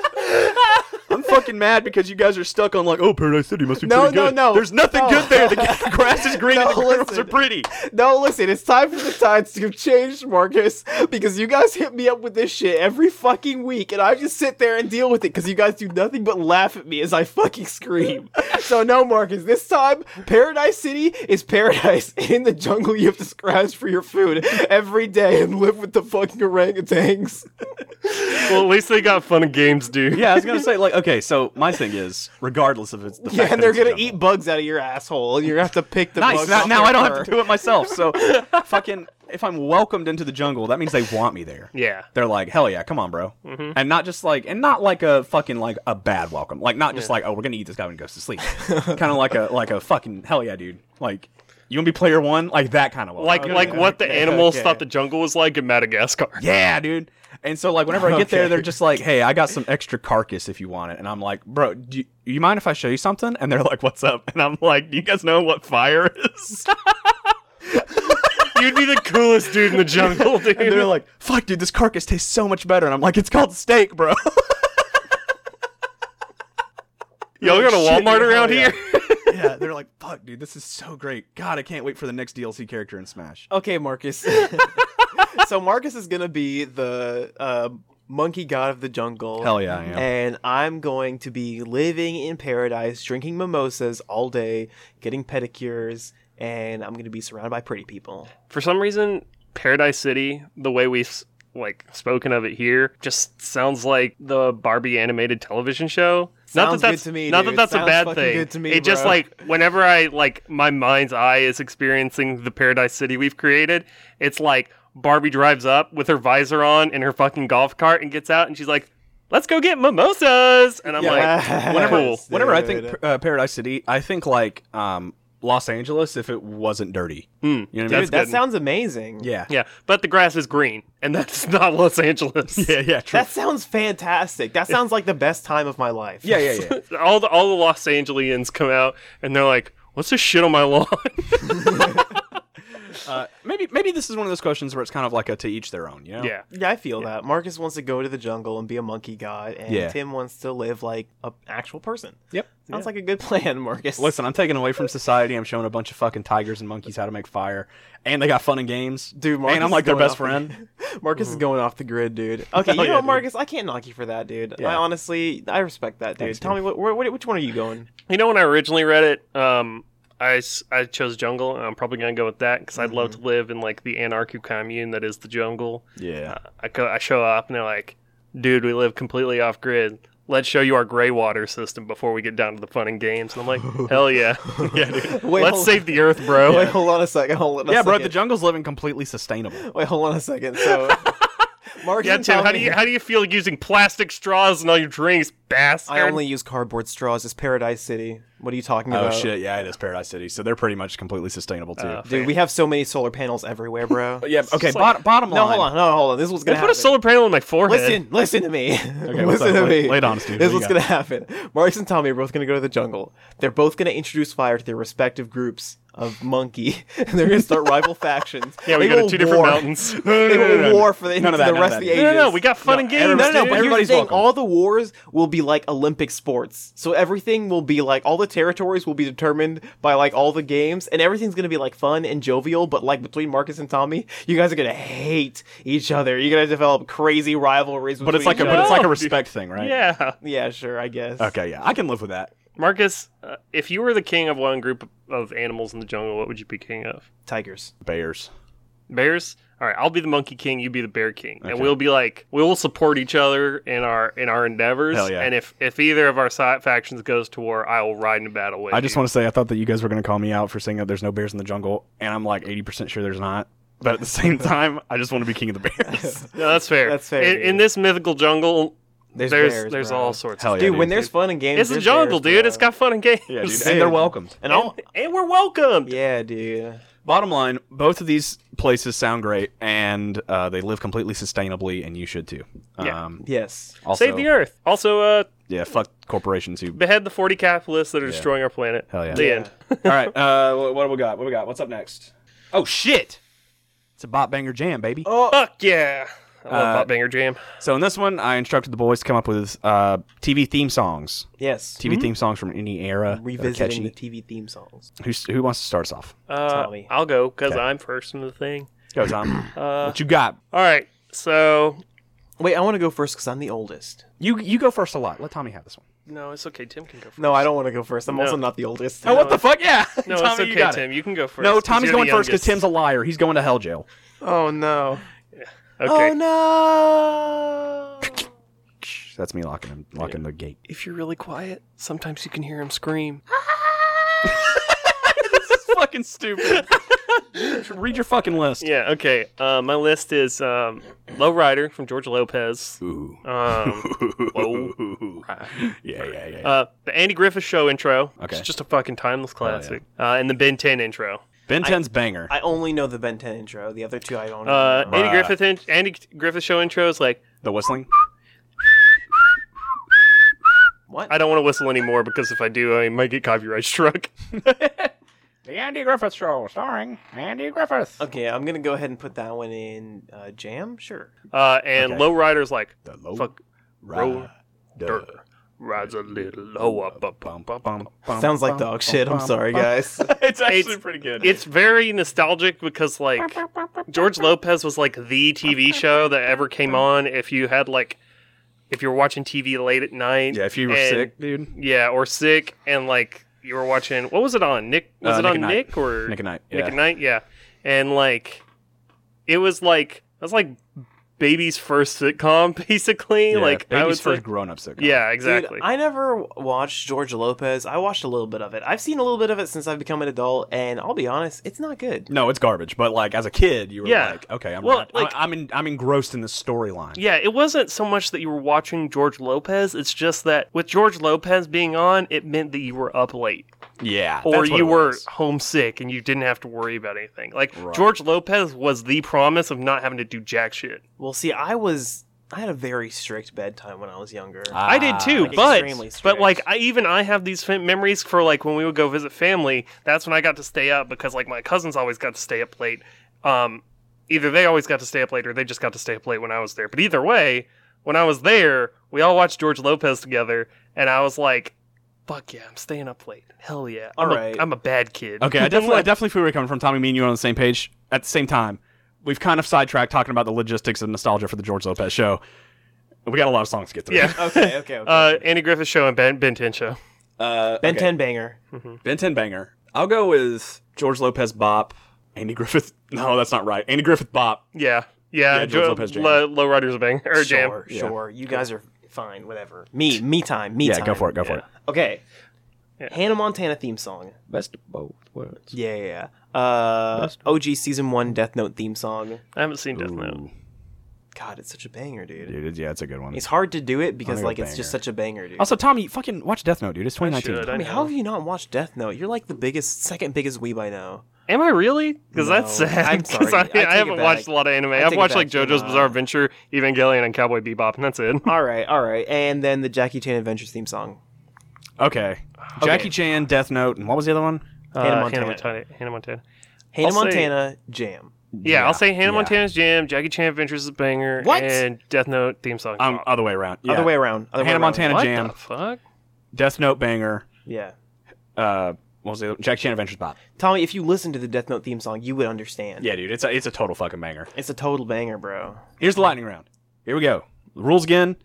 Speaker 4: I'm fucking mad because you guys are stuck on like, oh, Paradise City must be
Speaker 3: No,
Speaker 4: pretty
Speaker 3: no,
Speaker 4: good.
Speaker 3: no.
Speaker 4: There's nothing
Speaker 3: No.
Speaker 4: good there. The g- grass is green and the
Speaker 3: No,
Speaker 4: girls
Speaker 3: listen.
Speaker 4: are pretty.
Speaker 3: No, listen, it's time for the tides to have changed, Marcus, because you guys hit me up with this shit every fucking week, and I just sit there and deal with it because you guys do nothing but laugh at me as I fucking scream. so, no, Marcus, this time, Paradise City is paradise. In the jungle, you have to scratch for your food every day and live with the fucking orangutans.
Speaker 2: Well, at least they got fun and games, dude.
Speaker 4: Yeah, I was gonna say like, okay, so my thing is, regardless of it's the
Speaker 3: Yeah, and they're gonna eat bugs out of your asshole, and you're gonna have to pick the
Speaker 4: Nice.
Speaker 3: bugs.
Speaker 4: Now,
Speaker 3: off
Speaker 4: now
Speaker 3: your
Speaker 4: I don't have
Speaker 3: fur.
Speaker 4: to do it myself. So, fucking, if I'm welcomed into the jungle, that means they want me there.
Speaker 2: Yeah. Mm-hmm.
Speaker 4: They're like, hell yeah, come on, bro, and not just like, and not like a fucking like a bad welcome, like not just like, oh, we're gonna eat this guy when he goes to sleep, kind of like a like a fucking hell yeah, dude, like you gonna be player one, like that kind of welcome,
Speaker 2: Like like what the animals
Speaker 3: okay.
Speaker 2: thought the jungle was like in Madagascar.
Speaker 4: yeah, dude. And so like whenever I get there,
Speaker 3: Okay.
Speaker 4: they're just like, hey, I got some extra carcass if you want it, and I'm like, bro, do you, you mind if I show you something? And they're like, what's up? And I'm like, do you guys know what fire is?
Speaker 2: You'd be the coolest dude in the jungle, dude.
Speaker 4: And they're like, fuck, dude, this carcass tastes so much better. And I'm like, it's called steak, bro.
Speaker 2: Y'all got a
Speaker 4: Shit,
Speaker 2: Walmart
Speaker 4: dude,
Speaker 2: around
Speaker 4: hell yeah.
Speaker 2: here?
Speaker 4: yeah, they're like, fuck, dude, this is so great. God, I can't wait for the next DLC character in Smash.
Speaker 3: Okay, Marcus. so Marcus is gonna be the uh, monkey god of the jungle.
Speaker 4: Hell yeah, I am.
Speaker 3: And I'm going to be living in paradise, drinking mimosas all day, getting pedicures, and I'm gonna be surrounded by pretty people.
Speaker 2: For some reason, Paradise City, the way we've s- like spoken of it here, just sounds like the Barbie animated television show. not that
Speaker 3: Sounds good
Speaker 2: that's
Speaker 3: to me,
Speaker 2: not
Speaker 3: dude.
Speaker 2: that that's
Speaker 3: Sounds
Speaker 2: a bad
Speaker 3: fucking
Speaker 2: thing.
Speaker 3: good to me,
Speaker 2: it just
Speaker 3: bro.
Speaker 2: like whenever I like my mind's eye is experiencing the Paradise City we've created, it's like Barbie drives up with her visor on and her fucking golf cart and gets out and she's like, "Let's go get mimosas," and I'm like, whenever-
Speaker 3: Yes,
Speaker 4: Whenever I
Speaker 3: dude.
Speaker 4: think uh, Paradise City, I think like um, Los Angeles if it wasn't dirty.
Speaker 2: hmm.
Speaker 4: You know what I
Speaker 3: Dude,
Speaker 4: mean?
Speaker 2: That's
Speaker 3: that
Speaker 2: good.
Speaker 3: sounds amazing.
Speaker 4: Yeah.
Speaker 2: "Yeah, but the grass is green, and that's not Los Angeles."
Speaker 4: yeah, true.
Speaker 3: That sounds fantastic. That sounds like the best time of my life.
Speaker 4: yeah, yeah, yeah.
Speaker 2: all the all the Los Angelians come out and they're like, "What's this shit on my lawn?"
Speaker 4: Uh, maybe maybe this is one of those questions where it's kind of like a to each their own, you know?
Speaker 2: yeah,
Speaker 3: Yeah, I feel that. Marcus wants to go to the jungle and be a monkey god, and
Speaker 4: Yeah.
Speaker 3: Tim wants to live like an actual person.
Speaker 4: Yep.
Speaker 3: Sounds like a good plan, Marcus.
Speaker 4: Listen, I'm taking away from society. I'm showing a bunch of fucking tigers and monkeys how to make fire, and they got fun and games.
Speaker 3: dude, Marcus
Speaker 4: and I'm
Speaker 3: is
Speaker 4: like their
Speaker 3: going
Speaker 4: best
Speaker 3: off the-
Speaker 4: friend.
Speaker 3: Marcus is going off the grid, dude. Okay, you know
Speaker 4: yeah,
Speaker 3: what,
Speaker 4: dude.
Speaker 3: Marcus? I can't knock you for that, dude.
Speaker 4: Yeah.
Speaker 3: I honestly, I respect that, dude.
Speaker 4: Thanks, dude.
Speaker 3: Tell me, what, where, what, which one are you going?
Speaker 2: you know when I originally read it, um, I s- I chose jungle, and I'm probably gonna go with that because
Speaker 3: Mm-hmm.
Speaker 2: I'd love to live in like the anarcho commune that is the jungle.
Speaker 4: Yeah.
Speaker 2: I go, I show up and they're like, "Dude, we live completely off grid." Let's show you our gray water system before we get down to the fun and games. And I'm like, hell yeah. yeah dude.
Speaker 3: Wait,
Speaker 2: Let's
Speaker 3: hold-
Speaker 2: save the earth, bro.
Speaker 3: Wait, hold on a second. Hold on a
Speaker 4: yeah,
Speaker 3: second.
Speaker 4: bro. The jungle's living completely sustainable.
Speaker 3: Wait, hold on a second. So, Marcus,
Speaker 2: Yeah,
Speaker 3: and
Speaker 2: Tim, how do
Speaker 3: Tommy-
Speaker 2: you how do you feel using plastic straws in all your drinks, bastard?
Speaker 3: I only use cardboard straws. It's Paradise City. What are you talking
Speaker 4: Oh
Speaker 3: about?
Speaker 4: shit, yeah, it is Paradise City, so they're pretty much completely sustainable too.
Speaker 2: Uh,
Speaker 3: Dude, we have so many solar panels everywhere, bro.
Speaker 4: But yeah, okay.
Speaker 2: just
Speaker 4: bot- bottom line.
Speaker 3: No, hold on, no, hold on. This was
Speaker 2: They
Speaker 3: gonna
Speaker 2: put
Speaker 3: happen.
Speaker 2: a solar panel on my forehead.
Speaker 3: listen, listen to me.
Speaker 4: Okay, what's
Speaker 3: listen
Speaker 4: up?
Speaker 3: to
Speaker 4: Lay-
Speaker 3: me.
Speaker 4: lay it on us, dude. What
Speaker 3: This
Speaker 4: do you
Speaker 3: was
Speaker 4: got?
Speaker 3: gonna happen. Marcus and Tommy are both gonna go to the jungle. They're both gonna introduce fire to their respective groups of monkey, and they're gonna start rival factions.
Speaker 2: Yeah, we
Speaker 3: They
Speaker 2: go to
Speaker 3: will
Speaker 2: two different
Speaker 3: war.
Speaker 2: mountains.
Speaker 4: No,
Speaker 3: They
Speaker 4: no, no,
Speaker 3: will
Speaker 4: no, no.
Speaker 3: war for the,
Speaker 4: None of
Speaker 3: into
Speaker 4: that,
Speaker 3: the
Speaker 4: none of
Speaker 3: rest of the
Speaker 4: that. No,
Speaker 3: ages.
Speaker 2: No, no, no, we got fun and games.
Speaker 3: No,
Speaker 4: everybody-
Speaker 3: no, no,
Speaker 2: dude.
Speaker 3: but here's the
Speaker 4: Everybody's
Speaker 3: thing.
Speaker 4: welcome.
Speaker 3: All the wars will be like Olympic sports. So everything will be like, all the territories will be determined by like all the games, and everything's gonna be like fun and jovial, but like between Marcus and Tommy, you guys are gonna hate each other. You're gonna develop crazy rivalries.
Speaker 4: But it's like a
Speaker 3: between
Speaker 4: but
Speaker 3: each
Speaker 4: it's like a
Speaker 2: No,
Speaker 4: respect thing, right?
Speaker 2: yeah,
Speaker 3: other. Yeah, sure, I guess.
Speaker 4: Okay, yeah, I can live with that.
Speaker 2: Marcus, uh, if you were the king of one group of animals in the jungle, what would you be king of?
Speaker 3: Tigers.
Speaker 4: Bears.
Speaker 2: Bears. All right, I'll be the monkey king. You be the bear king, and
Speaker 4: Okay.
Speaker 2: we'll be like we will support each other in our in our endeavors.
Speaker 4: Hell yeah.
Speaker 2: And if if either of our side factions goes to war, I will ride in battle with.
Speaker 4: I just
Speaker 2: you.
Speaker 4: want to say I thought that you guys were gonna call me out for saying that there's no bears in the jungle, and I'm like 80% sure there's not. But at the same time, I just want to be king of the bears.
Speaker 2: No, that's fair.
Speaker 3: That's fair,
Speaker 2: In, in
Speaker 3: dude.
Speaker 2: this mythical jungle,
Speaker 3: There's
Speaker 2: there's
Speaker 3: bears,
Speaker 2: there's
Speaker 3: bro.
Speaker 2: all sorts.
Speaker 4: Hell
Speaker 2: of
Speaker 4: yeah,
Speaker 3: Dude, when
Speaker 4: dude.
Speaker 3: there's fun and games,
Speaker 2: It's a
Speaker 3: there's
Speaker 2: jungle,
Speaker 3: bears,
Speaker 2: dude.
Speaker 3: bro.
Speaker 2: It's got fun and games.
Speaker 4: yeah, dude.
Speaker 3: Dude.
Speaker 4: And they're welcomed.
Speaker 3: and
Speaker 2: And,
Speaker 3: all.
Speaker 2: and we're welcomed.
Speaker 3: Yeah, dude.
Speaker 4: Bottom line, both of these places sound great, and uh, they live completely sustainably, and you should too.
Speaker 2: Yeah.
Speaker 4: Um,
Speaker 3: Yes.
Speaker 4: also,
Speaker 2: Save the Earth. Also, uh,
Speaker 4: Yeah, fuck corporations who.
Speaker 2: behead the 40 capitalists that are destroying our planet.
Speaker 4: Hell yeah.
Speaker 2: The
Speaker 4: Yeah.
Speaker 2: end.
Speaker 4: All right, uh, wh- what do we got? What do we got? What's up next? Oh shit! It's a bot banger jam, baby.
Speaker 2: Fuck yeah. I love
Speaker 4: Uh,
Speaker 2: Pop Banger Jam.
Speaker 4: So in this one, I instructed the boys to come up with uh, TV theme songs,
Speaker 3: Yes.
Speaker 4: TV
Speaker 2: Hmm?
Speaker 4: theme songs from any era. that are
Speaker 3: Revisiting the
Speaker 4: catchy.
Speaker 3: TV theme songs.
Speaker 4: Who's, who wants to start us off?
Speaker 2: Uh,
Speaker 3: Tommy.
Speaker 2: I'll go because
Speaker 4: 'Kay.
Speaker 2: I'm first in the thing.
Speaker 4: Go, Tom.
Speaker 2: Uh,
Speaker 4: what you got?
Speaker 2: all right. So,
Speaker 3: Wait, I want to go first because I'm the oldest.
Speaker 4: You you go first a lot. Let Tommy have this one.
Speaker 2: no, it's okay. Tim can go first.
Speaker 3: No, I don't want to go first. I'm
Speaker 2: No.
Speaker 3: also not the oldest.
Speaker 4: Oh, what the fuck? Yeah,
Speaker 2: No,
Speaker 4: Tommy,
Speaker 2: it's okay,
Speaker 4: you got
Speaker 2: Tim.
Speaker 4: it.
Speaker 2: You can go first.
Speaker 4: No,
Speaker 2: 'cause
Speaker 4: Tommy's
Speaker 2: you're the
Speaker 4: going first because
Speaker 2: youngest.
Speaker 4: Tim's a liar. He's going to hell jail.
Speaker 3: Oh no.
Speaker 2: Okay.
Speaker 3: Oh no.
Speaker 4: That's me locking him, locking the gate.
Speaker 2: If you're really quiet, sometimes you can hear him scream.
Speaker 4: this is fucking stupid. Read your fucking list.
Speaker 2: yeah, okay. Uh, my list is um, Low Rider from George Lopez.
Speaker 4: Ooh.
Speaker 2: Um,
Speaker 4: Whoa. Yeah, yeah, yeah.
Speaker 2: Uh, the Andy Griffith Show intro.
Speaker 4: Okay.
Speaker 2: It's just a fucking timeless classic. Uh, and the Ben 10 intro.
Speaker 4: ben 10's banger.
Speaker 3: I only know the Ben 10 intro. The other two I don't know.
Speaker 2: Uh, Andy
Speaker 4: Bruh.
Speaker 2: Griffith in- Andy Griffith Show intro is like,
Speaker 4: the whistling.
Speaker 3: what?
Speaker 2: I don't want to whistle anymore because if I do, I might get copyright struck.
Speaker 5: The Andy Griffith Show, starring Andy Griffith.
Speaker 3: Okay, I'm gonna go ahead and put that one in uh, jam. Sure.
Speaker 2: Uh, and
Speaker 4: Okay.
Speaker 2: Lowrider's like,
Speaker 4: The low
Speaker 2: fuck, roll dirt. Rides a little low up, up, up, up, up.
Speaker 3: Sounds like dog shit. I'm sorry, guys.
Speaker 4: it's actually
Speaker 2: It's-
Speaker 4: pretty good.
Speaker 2: It's very nostalgic because, like, George Lopez was like the TV show that ever came on. If you had like, if you were watching TV late at night,
Speaker 4: yeah, if you were
Speaker 2: and-
Speaker 4: sick, dude.
Speaker 2: yeah, or sick, and like you were watching, what was it on? Nick was
Speaker 4: Uh,
Speaker 2: it
Speaker 4: Nick
Speaker 2: on
Speaker 4: at Night.
Speaker 2: Nick or
Speaker 4: Nick and Night.
Speaker 2: Nick
Speaker 4: Yeah.
Speaker 2: at Night? Yeah, and like, it was like that's like baby's first sitcom, basically.
Speaker 4: Yeah,
Speaker 2: like
Speaker 4: baby's
Speaker 2: I was
Speaker 4: first
Speaker 2: like,
Speaker 4: grown up sitcom.
Speaker 2: yeah,
Speaker 3: Dude,
Speaker 2: exactly.
Speaker 3: I never w- watched George Lopez. I watched a little bit of it. I've seen a little bit of it since I've become an adult, and I'll be honest, it's not good.
Speaker 4: No, it's garbage. But like as a kid, you were
Speaker 2: Yeah.
Speaker 4: like, okay, I'm
Speaker 2: Well,
Speaker 4: wrapped-
Speaker 2: like-
Speaker 4: I, I'm in, I'm engrossed in the storyline.
Speaker 2: Yeah, it wasn't so much that you were watching George Lopez. It's just that with George Lopez being on, it meant that you were up late
Speaker 4: Yeah,
Speaker 2: or
Speaker 4: that's what
Speaker 2: you
Speaker 4: it
Speaker 2: were
Speaker 4: was.
Speaker 2: homesick and you didn't have to worry about anything. Like
Speaker 4: Right.
Speaker 2: George Lopez was the promise of not having to do jack shit.
Speaker 3: Well, see, I was I had a very strict bedtime when I was younger.
Speaker 2: I did too,
Speaker 3: like extremely
Speaker 2: but but
Speaker 3: strict.
Speaker 2: like I even I have these fa- memories for like when we would go visit family. That's when I got to stay up because like my cousins always got to stay up late. Um, either they always got to stay up late or they just got to stay up late when I was there. But either way, when I was there, we all watched George Lopez together, and I was like, "Fuck yeah, I'm staying up late. Hell yeah, I'm
Speaker 3: All
Speaker 2: a-
Speaker 3: right.
Speaker 2: I'm a bad kid."
Speaker 4: Okay, I
Speaker 2: And,
Speaker 4: definitely, I
Speaker 2: like,
Speaker 4: definitely feel where you're coming from, Tommy. Me and you are on the same page at the same time. We've kind of sidetracked talking about the logistics and nostalgia for the George Lopez show. We got a lot of songs to get through.
Speaker 2: yeah.
Speaker 3: okay, okay, okay.
Speaker 2: Uh, Andy Griffith Show and Ben Ben 10 Show.
Speaker 4: uh,
Speaker 3: ben
Speaker 4: okay.
Speaker 3: 10 banger.
Speaker 4: Ben 10 banger. I'll go with George Lopez bop. Andy Griffith. No, that's not right. Andy Griffith bop.
Speaker 2: Yeah, yeah.
Speaker 4: Yeah, George
Speaker 2: Jo-
Speaker 4: Lopez jam.
Speaker 2: Lo- Low Riders Bang or Jam.
Speaker 3: Sure,
Speaker 4: Yeah.
Speaker 3: sure. You guys are fine. Whatever. Me, me time. Me
Speaker 4: Yeah,
Speaker 3: time.
Speaker 4: go for it. Go for
Speaker 2: Yeah.
Speaker 4: it.
Speaker 3: Okay.
Speaker 2: Yeah.
Speaker 3: Hannah Montana theme song.
Speaker 4: Best of both worlds.
Speaker 3: Yeah, yeah. yeah. Uh, OG season one Death Note theme song.
Speaker 2: I haven't seen Death Note.
Speaker 3: God, it's such a banger, dude.
Speaker 4: Dude, yeah, it's a good one.
Speaker 3: It's hard to do it because
Speaker 4: go
Speaker 3: like it's just
Speaker 4: banger.
Speaker 3: such a banger, dude.
Speaker 4: Also, Tommy, fucking watch Death Note, dude. It's 2019.
Speaker 2: Should
Speaker 4: I,
Speaker 2: I
Speaker 3: I mean,
Speaker 2: know?
Speaker 3: how have you not watched Death Note? You're like the biggest, second biggest weeb I know.
Speaker 2: Am I really? Because that's
Speaker 3: No.
Speaker 2: sad.
Speaker 3: I'm
Speaker 2: 'cause
Speaker 3: sorry. I
Speaker 2: I,
Speaker 3: take
Speaker 2: I,
Speaker 3: it
Speaker 2: haven't
Speaker 3: back.
Speaker 2: watched a lot of anime. I've
Speaker 3: take it
Speaker 2: watched like
Speaker 3: back. uh,
Speaker 2: JoJo's
Speaker 3: No.
Speaker 2: Bizarre Adventure, Evangelion, and Cowboy Bebop, and that's it.
Speaker 3: All right, all right, and then the Jackie Chan Adventures theme song.
Speaker 4: okay. Jackie Chan, Death Note, and what was the other one?
Speaker 3: Hannah
Speaker 2: Uh,
Speaker 3: Montana.
Speaker 2: Hannah Montana.
Speaker 3: Hannah
Speaker 2: I'll say-
Speaker 3: Montana Jam.
Speaker 2: Yeah, I'll say Hannah
Speaker 4: yeah.
Speaker 2: Montana's Jam, Jackie Chan Adventures is a banger,
Speaker 3: What?
Speaker 2: and Death Note theme song.
Speaker 4: Um,
Speaker 2: Pop.
Speaker 4: other way around. Yeah.
Speaker 3: Other way around. Other way
Speaker 4: Hannah
Speaker 3: around.
Speaker 4: Montana
Speaker 2: what
Speaker 4: Jam,
Speaker 2: the fuck?
Speaker 4: Death Note banger.
Speaker 3: Yeah.
Speaker 4: Uh, what was the other? Jackie Chan Adventures Bop.
Speaker 3: Tommy, if you listen to the Death Note theme song, you would understand.
Speaker 4: Yeah, dude, it's a, it's a total fucking banger.
Speaker 3: It's a total banger, bro.
Speaker 4: Here's the lightning round. Here we go. The rules again.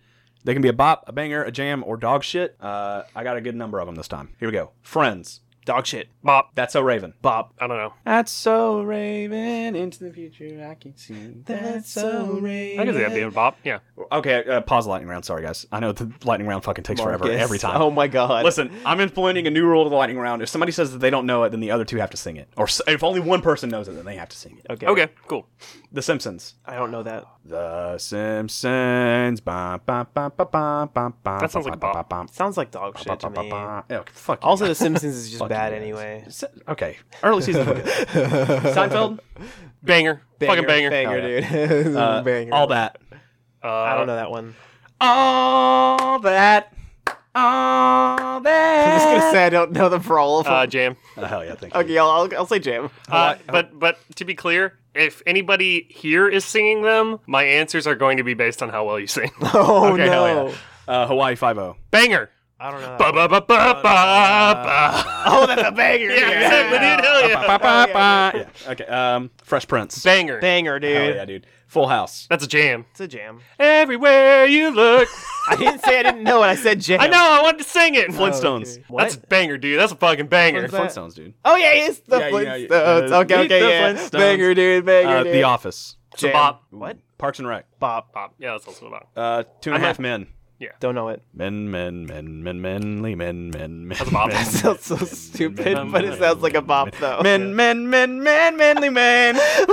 Speaker 4: They can be a bop, a banger, a jam, or dog shit. Uh, I got a good number of them this time. Here we go. Friends.
Speaker 3: Dog shit.
Speaker 2: Bop.
Speaker 4: That's so Raven.
Speaker 3: Bop.
Speaker 2: I don't know.
Speaker 4: That's so Raven. Into the future, I can see. That's so Raven.
Speaker 2: I guess that'd be a bop. Yeah.
Speaker 4: Okay, uh, pause the lightning round. Sorry, guys. I know the lightning round fucking takes forever
Speaker 3: Marcus.
Speaker 4: every time.
Speaker 3: Oh my god.
Speaker 4: Listen, I'm implementing a new rule to the lightning round. If somebody says that they don't know it, then the other two have to sing it. Or s- if only one person knows it, then they have to sing it.
Speaker 3: Okay.
Speaker 2: Okay. Cool.
Speaker 4: The Simpsons.
Speaker 3: I don't know that.
Speaker 4: The Simpsons. Bum, bum, bum, bum, bum, bum, bum,
Speaker 2: That sounds like a
Speaker 4: bum,
Speaker 2: bop.
Speaker 4: bum, bum,
Speaker 3: Sounds like dog shit to
Speaker 4: bum, bum,
Speaker 3: me.
Speaker 4: bum. Yeah, okay, fuck you.
Speaker 3: Also, The Simpsons is just
Speaker 4: Fuck
Speaker 3: bad
Speaker 4: you guys.
Speaker 3: anyway.
Speaker 4: Se- Okay. Early season. Seinfeld.
Speaker 2: Banger. Fucking banger.
Speaker 3: Banger,
Speaker 4: Oh,
Speaker 3: dude.
Speaker 4: Uh,
Speaker 3: banger.
Speaker 4: All that.
Speaker 2: Uh,
Speaker 3: I don't know that one.
Speaker 4: All that. All that.
Speaker 3: I'm just gonna say I don't know them for all of them.
Speaker 2: Uh, jam.
Speaker 4: Oh, hell yeah, thank you.
Speaker 3: okay, I'll, I'll, I'll say Jam.
Speaker 4: Oh,
Speaker 2: Uh, but but to be clear, if anybody here is singing them, my answers are going to be based on how well you sing.
Speaker 3: Oh
Speaker 4: Okay, hell
Speaker 3: no!
Speaker 4: yeah. Uh, Hawaii Five O.
Speaker 2: banger.
Speaker 3: I don't know.
Speaker 2: Ba ba ba ba ba ba.
Speaker 3: oh, that's a banger.
Speaker 2: Yeah, exactly, dude. Hell yeah.
Speaker 4: Yeah. Okay. Um, Fresh Prince.
Speaker 2: Banger.
Speaker 3: Banger, dude.
Speaker 4: Hell yeah, dude. Full House.
Speaker 2: That's a jam.
Speaker 3: It's a jam.
Speaker 2: Everywhere you look.
Speaker 3: I didn't say I didn't know it. I said jam.
Speaker 2: I know. I wanted to sing it.
Speaker 4: Flintstones.
Speaker 3: What?
Speaker 2: That's a banger, dude. That's a fucking banger.
Speaker 3: What's that?
Speaker 4: Flintstones, dude.
Speaker 3: Oh yeah, it's the
Speaker 4: Yeah, yeah,
Speaker 3: Flintstones.
Speaker 4: yeah. Uh,
Speaker 3: okay,
Speaker 4: meet
Speaker 3: okay,
Speaker 4: the
Speaker 3: yeah.
Speaker 4: Flintstones.
Speaker 3: Banger, dude. Banger,
Speaker 4: Uh,
Speaker 3: dude.
Speaker 4: the Office.
Speaker 3: Jam.
Speaker 2: Bop.
Speaker 3: What?
Speaker 4: Parks and Rec.
Speaker 3: Bop.
Speaker 2: Pop. Yeah, that's also about.
Speaker 4: Uh, two and
Speaker 2: I'm
Speaker 4: a half men.
Speaker 3: Don't know it.
Speaker 4: Men, men, men, men, menly, men, men, men. That's a
Speaker 2: bop.
Speaker 3: That sounds so stupid, but it sounds like a bop though.
Speaker 4: Men, men, men, men, menly men.
Speaker 3: that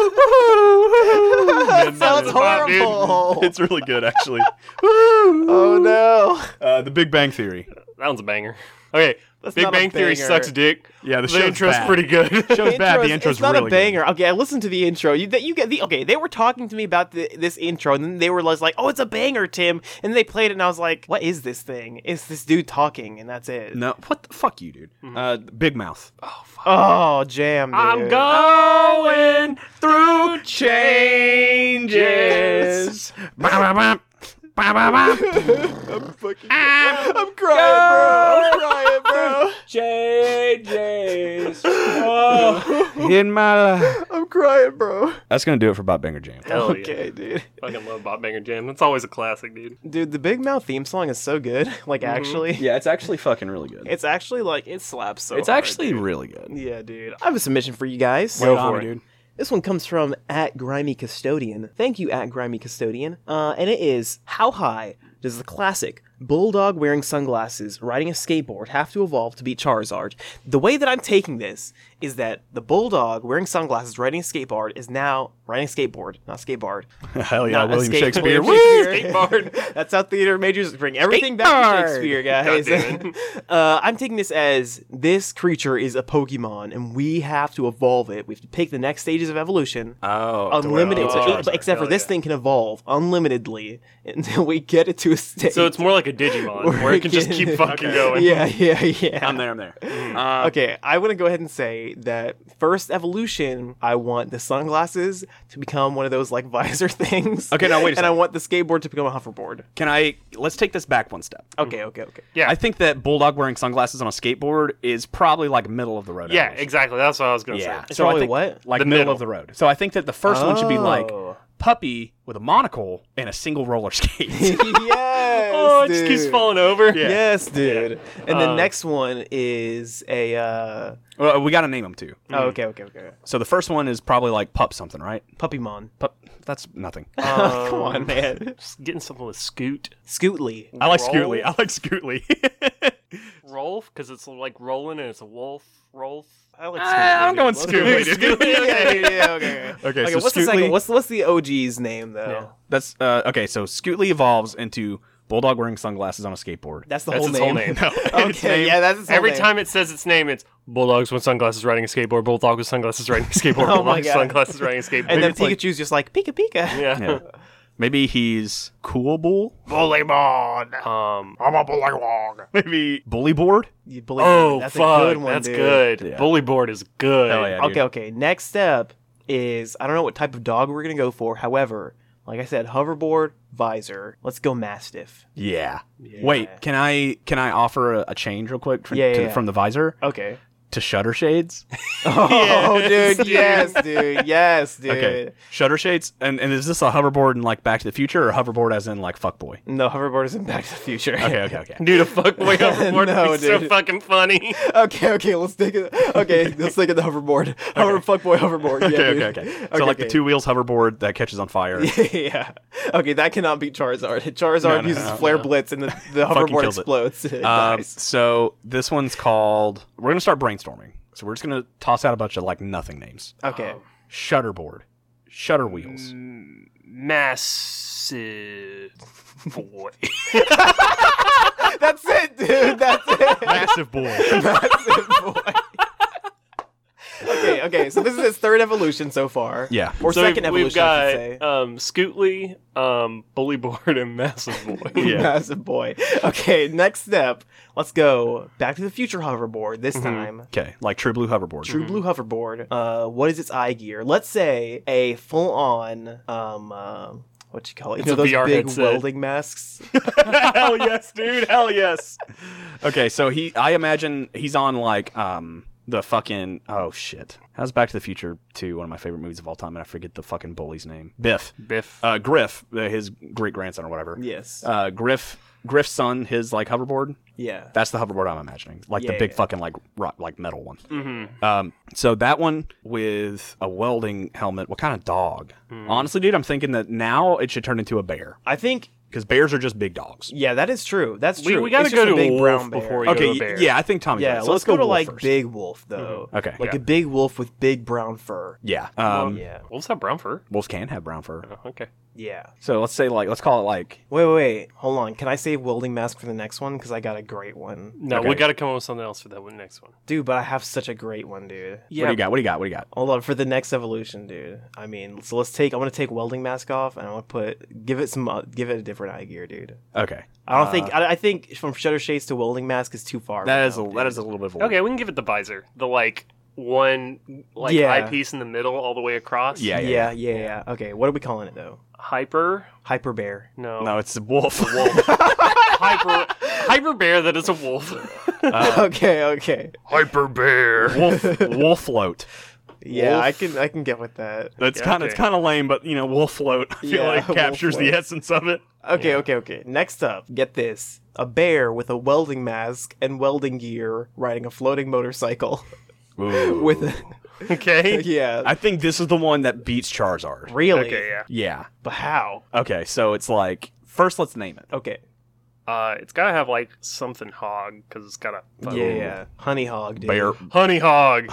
Speaker 3: sounds
Speaker 2: bop, dude.
Speaker 3: horrible.
Speaker 4: it's really good, actually.
Speaker 3: Oh no.
Speaker 4: Uh, the Big Bang Theory.
Speaker 2: That one's a banger. Okay,
Speaker 3: That's
Speaker 2: Big
Speaker 3: not a
Speaker 2: Bang Theory
Speaker 3: banger.
Speaker 2: sucks dick.
Speaker 6: Yeah, the
Speaker 2: The,
Speaker 6: show's
Speaker 2: intro's
Speaker 6: bad.
Speaker 2: pretty good.
Speaker 6: Show's bad. The intro's
Speaker 3: it's not
Speaker 6: really
Speaker 3: a
Speaker 6: good.
Speaker 3: banger. Okay, I listened to the intro. You that you get the okay. They were talking to me about the, this intro, and then they were just like, "Oh, it's a banger, Tim." And then they played it, and I was like, "What is this thing? It's this dude talking?" And that's it.
Speaker 4: No, what the fuck, you dude? Uh, Big Mouth.
Speaker 3: Oh, jam. Dude.
Speaker 2: I'm going through changes.
Speaker 3: I'm crying, bro. I'm crying, bro.
Speaker 4: Oh. In my life.
Speaker 3: I'm crying, bro.
Speaker 4: That's gonna do it for Bob Banger Jam.
Speaker 2: Hell
Speaker 3: okay,
Speaker 2: yeah.
Speaker 3: dude.
Speaker 2: Fucking love Bob Banger Jam. That's always a classic, dude.
Speaker 3: Dude, the Big Mouth theme song is so good. Like,
Speaker 6: Mm-hmm.
Speaker 3: actually,
Speaker 4: Yeah, it's actually fucking really good.
Speaker 3: it's actually like it slaps so.
Speaker 4: It's
Speaker 3: hard.
Speaker 4: actually really good.
Speaker 3: Yeah, dude. I have a submission for you guys.
Speaker 2: Go for it.
Speaker 4: dude.
Speaker 3: This one comes from at Grimy Custodian. Thank you, at Grimy Custodian. Uh, and it is how high does the classic bulldog wearing sunglasses riding a skateboard have to evolve to beat Charizard? The way that I'm taking this is that the bulldog wearing sunglasses riding a skateboard is now riding a skateboard, not skateboard.
Speaker 6: Hell yeah,
Speaker 3: Not a
Speaker 6: Uh, William
Speaker 3: skate-
Speaker 6: Shakespeare.
Speaker 3: William
Speaker 6: Woo!
Speaker 2: Skateboard.
Speaker 3: That's how theater majors bring everything back to Shakespeare, guys.
Speaker 2: Goddamn
Speaker 3: uh, I'm taking this as this creature is a Pokemon, and we have to evolve it. We have to pick the next stages of evolution.
Speaker 4: Oh,
Speaker 3: unlimited,
Speaker 2: to
Speaker 3: it-
Speaker 2: Charizard.
Speaker 3: but except for
Speaker 2: Hell
Speaker 3: this
Speaker 2: yeah.
Speaker 3: thing can evolve unlimitedly until we get it to a state.
Speaker 2: So it's more like a Digimon
Speaker 3: Where
Speaker 2: where it can just
Speaker 3: it
Speaker 2: keep
Speaker 3: can-
Speaker 2: fucking going.
Speaker 3: yeah, yeah, yeah.
Speaker 4: I'm there. I'm there. Uh,
Speaker 3: Okay, I want to go ahead and say that first evolution, I want the sunglasses to become one of those like visor things.
Speaker 4: Okay, now, wait a
Speaker 3: And I
Speaker 4: second.
Speaker 3: want the skateboard to become a hoverboard.
Speaker 4: Can I? Let's take this back one step.
Speaker 3: Okay, okay, okay.
Speaker 2: Yeah.
Speaker 4: I think that bulldog wearing sunglasses on a skateboard is probably like middle of the road.
Speaker 2: Yeah,
Speaker 4: average.
Speaker 2: exactly. That's what I was gonna
Speaker 4: Yeah.
Speaker 2: say.
Speaker 3: It's probably
Speaker 4: I think,
Speaker 3: what?
Speaker 4: Like
Speaker 2: The
Speaker 4: middle,
Speaker 2: middle.
Speaker 4: of the road. So I think that the first one should be like
Speaker 3: Oh.
Speaker 4: puppy with a monocle and a single roller skate.
Speaker 3: yes.
Speaker 2: Oh, it just keeps
Speaker 3: dude.
Speaker 2: falling over.
Speaker 3: Yes, dude. And the
Speaker 2: Um,
Speaker 3: next one is a. Uh,
Speaker 4: well, we got to name them too.
Speaker 3: oh, okay, okay, okay.
Speaker 4: So the first one is probably like pup something, right?
Speaker 3: Puppymon.
Speaker 4: Pup. That's nothing.
Speaker 2: Um,
Speaker 3: Come on, man.
Speaker 2: Just getting something with Scoot.
Speaker 3: Scootly.
Speaker 6: I like
Speaker 2: Roll.
Speaker 6: Scootly. I like Scootly.
Speaker 2: Rolf, because it's like rolling and it's a wolf. Rolf.
Speaker 3: I like
Speaker 4: I'm going
Speaker 6: Scootly, dude.
Speaker 3: okay, yeah, okay.
Speaker 6: Okay,
Speaker 3: okay
Speaker 6: so
Speaker 3: what's the second?
Speaker 6: Scootly-
Speaker 3: What's what's the OG's name though?
Speaker 2: Yeah.
Speaker 4: That's uh, okay. So Scootly evolves into bulldog wearing sunglasses on a skateboard.
Speaker 3: That's the
Speaker 2: That's
Speaker 3: whole
Speaker 2: its
Speaker 3: name.
Speaker 2: whole name.
Speaker 3: Okay, yeah, that's its whole
Speaker 2: Every
Speaker 3: name.
Speaker 2: time it says its name, it's Bulldogs with sunglasses riding a skateboard, Bulldog with sunglasses riding a skateboard,
Speaker 3: Oh my
Speaker 2: Bulldog with
Speaker 3: God.
Speaker 2: sunglasses riding a skateboard.
Speaker 3: And then
Speaker 2: Maybe it's
Speaker 3: Pikachu's just like Pika Pika.
Speaker 2: like- yeah.
Speaker 4: Yeah. Maybe he's Cool Bull.
Speaker 5: Bullymon!
Speaker 2: Um,
Speaker 5: I'm a bullywog.
Speaker 4: Maybe Bully Board.
Speaker 3: You believe
Speaker 2: oh,
Speaker 3: me, that's
Speaker 2: fuck.
Speaker 3: a good one.
Speaker 2: that's
Speaker 3: dude.
Speaker 2: good.
Speaker 4: Yeah.
Speaker 2: Bully board is good.
Speaker 4: Hell yeah, dude.
Speaker 3: Okay, okay. Next step is I don't know what type of dog we're gonna go for. However, like I said, hoverboard visor. Let's go Mastiff.
Speaker 4: Yeah. Wait, can I can I offer a, a change real quick from,
Speaker 3: Yeah,
Speaker 4: to-
Speaker 3: yeah, yeah.
Speaker 4: from the visor
Speaker 3: Okay.
Speaker 4: to shutter shades?
Speaker 3: Oh, dude. Yes, dude. Yes, dude.
Speaker 4: Okay, shutter shades. And and is this a hoverboard in like Back to the Future or hoverboard as in like fuckboy?
Speaker 3: No, hoverboard is in Back to the Future.
Speaker 4: Okay, okay, okay.
Speaker 2: Dude, a fuckboy hoverboard
Speaker 3: No,
Speaker 2: would be so
Speaker 3: dude.
Speaker 2: fucking funny.
Speaker 3: Okay, okay, let's take it. Okay, let's take it the hoverboard. Hover, fuckboy hoverboard. Yeah,
Speaker 4: Okay,
Speaker 3: dude.
Speaker 4: okay, okay. So like the two wheels hoverboard that catches on fire.
Speaker 3: okay. yeah. Okay, that cannot beat Charizard. Charizard
Speaker 4: no,
Speaker 3: uses
Speaker 4: no,
Speaker 3: flare blitz and the, the hoverboard
Speaker 4: kills it.
Speaker 3: explodes. It
Speaker 4: Um,
Speaker 3: dies.
Speaker 4: so this one's called. We're gonna start brainstorming. So we're just gonna toss out a bunch of like nothing names.
Speaker 3: Okay.
Speaker 4: Shutterboard, shutter wheels,
Speaker 2: Massive boy.
Speaker 3: That's it, dude. That's it.
Speaker 6: Massive boy.
Speaker 3: That's it, boy. okay, okay. So this is his third evolution so far.
Speaker 4: Yeah.
Speaker 3: Or
Speaker 2: so
Speaker 3: second
Speaker 2: we've,
Speaker 3: evolution,
Speaker 2: we've
Speaker 3: I
Speaker 2: got
Speaker 3: should say.
Speaker 2: um, Scootly, um, Bully board, and Massive boy.
Speaker 4: Yeah.
Speaker 3: Massive boy. Okay, next step. Let's go back to the future hoverboard this
Speaker 2: Mm-hmm.
Speaker 3: time.
Speaker 4: Okay, like true blue hoverboard.
Speaker 3: True blue hoverboard. Uh, what is its eye gear? Let's say a full-on um, uh, what you call it? You
Speaker 2: It's
Speaker 3: know
Speaker 2: a
Speaker 3: those
Speaker 2: VR
Speaker 3: big
Speaker 2: headset.
Speaker 3: welding masks.
Speaker 4: hell yes, dude. Hell yes. Okay, so he, I imagine he's on like um the fucking oh shit. How's Back to the Future 2, one of my favorite movies of all time, and I forget the fucking bully's name. Biff,
Speaker 2: Biff.
Speaker 4: uh, Griff, uh, his great grandson or whatever.
Speaker 3: yes.
Speaker 4: Uh, Griff, Griff's son, his like hoverboard.
Speaker 3: yeah.
Speaker 4: That's the hoverboard I'm imagining, like
Speaker 3: Yeah, Mm-hmm.
Speaker 4: the big
Speaker 3: yeah.
Speaker 4: fucking like rock, like metal one.
Speaker 2: Mhm.
Speaker 4: Um, so that one with a welding helmet. What kind of dog?
Speaker 3: Mm.
Speaker 4: Honestly, dude, I'm thinking that now it should turn into a bear
Speaker 3: I think.
Speaker 4: because bears are just big dogs.
Speaker 3: Yeah, that is true. That's
Speaker 2: We-
Speaker 3: true.
Speaker 2: we gotta
Speaker 3: It's just
Speaker 2: go to
Speaker 3: big
Speaker 2: wolf
Speaker 3: brown bear.
Speaker 2: before you-
Speaker 4: Okay,
Speaker 2: go
Speaker 4: y-
Speaker 2: to bear.
Speaker 4: yeah, I think Tommy.
Speaker 3: Yeah,
Speaker 4: does.
Speaker 3: let's,
Speaker 4: So
Speaker 3: go, to
Speaker 4: wolf
Speaker 3: like
Speaker 4: first.
Speaker 3: big wolf though.
Speaker 2: Mm-hmm.
Speaker 4: Okay,
Speaker 3: Like
Speaker 4: yeah.
Speaker 3: a big wolf with big brown fur.
Speaker 4: Yeah. Um,
Speaker 3: yeah.
Speaker 2: Wolves have brown fur.
Speaker 4: Wolves can have brown fur.
Speaker 2: Oh, okay.
Speaker 3: Yeah.
Speaker 4: So let's say like let's call it like
Speaker 3: Wait, wait, wait. Hold on. Can I save welding mask for the next one? Because I got a great one.
Speaker 2: No, we
Speaker 4: Okay.
Speaker 2: got to come up with something else for that one next one.
Speaker 3: Dude, but I have such a great one, dude.
Speaker 4: what do
Speaker 2: Yeah,
Speaker 4: you got? What do you got? What do you got?
Speaker 3: Hold on for the next evolution, dude. I mean, so let's take. I'm gonna take welding mask off, and I'm gonna put give it some uh, give it a different eye gear, dude.
Speaker 4: Okay,
Speaker 3: I don't think I, I think from shutter shades to welding mask is too far.
Speaker 4: Uh. that
Speaker 3: right
Speaker 4: is a
Speaker 3: now,
Speaker 4: that
Speaker 3: Oh, dude.
Speaker 4: is a little bit of a
Speaker 2: Okay, we can give it the visor. The like one like
Speaker 3: Yeah.
Speaker 2: eyepiece in the middle all the way across.
Speaker 4: Yeah,
Speaker 3: yeah,
Speaker 4: yeah,
Speaker 3: yeah, yeah. Okay, what are we calling it though?
Speaker 2: Hyper?
Speaker 3: Hyper bear.
Speaker 2: No.
Speaker 4: No, it's a wolf.
Speaker 2: Hyper Hyper bear that is a wolf.
Speaker 4: Uh,
Speaker 3: okay, okay.
Speaker 5: Hyper Bear.
Speaker 4: wolf wolf float.
Speaker 3: Yeah, I can I can get with that.
Speaker 6: That's
Speaker 2: Yeah,
Speaker 6: kind of
Speaker 2: okay.
Speaker 6: it's kind of lame, but you know, wolf float. I feel
Speaker 3: Yeah,
Speaker 6: like
Speaker 3: wolf
Speaker 6: captures the
Speaker 3: float.
Speaker 6: essence of it.
Speaker 3: Okay, okay, okay. Next up, get this: a bear with a welding mask and welding gear riding a floating motorcycle with a
Speaker 2: Okay.
Speaker 3: yeah.
Speaker 4: I think this is the one that beats Charizard.
Speaker 3: really?
Speaker 2: Okay, yeah.
Speaker 4: Yeah.
Speaker 3: But how?
Speaker 4: Okay, so it's like first let's name it.
Speaker 3: Okay.
Speaker 2: Uh it's got to have like something hog cuz it's got a fucking-
Speaker 3: Yeah, yeah. Honey hog, dude.
Speaker 4: Bear.
Speaker 2: honey hog.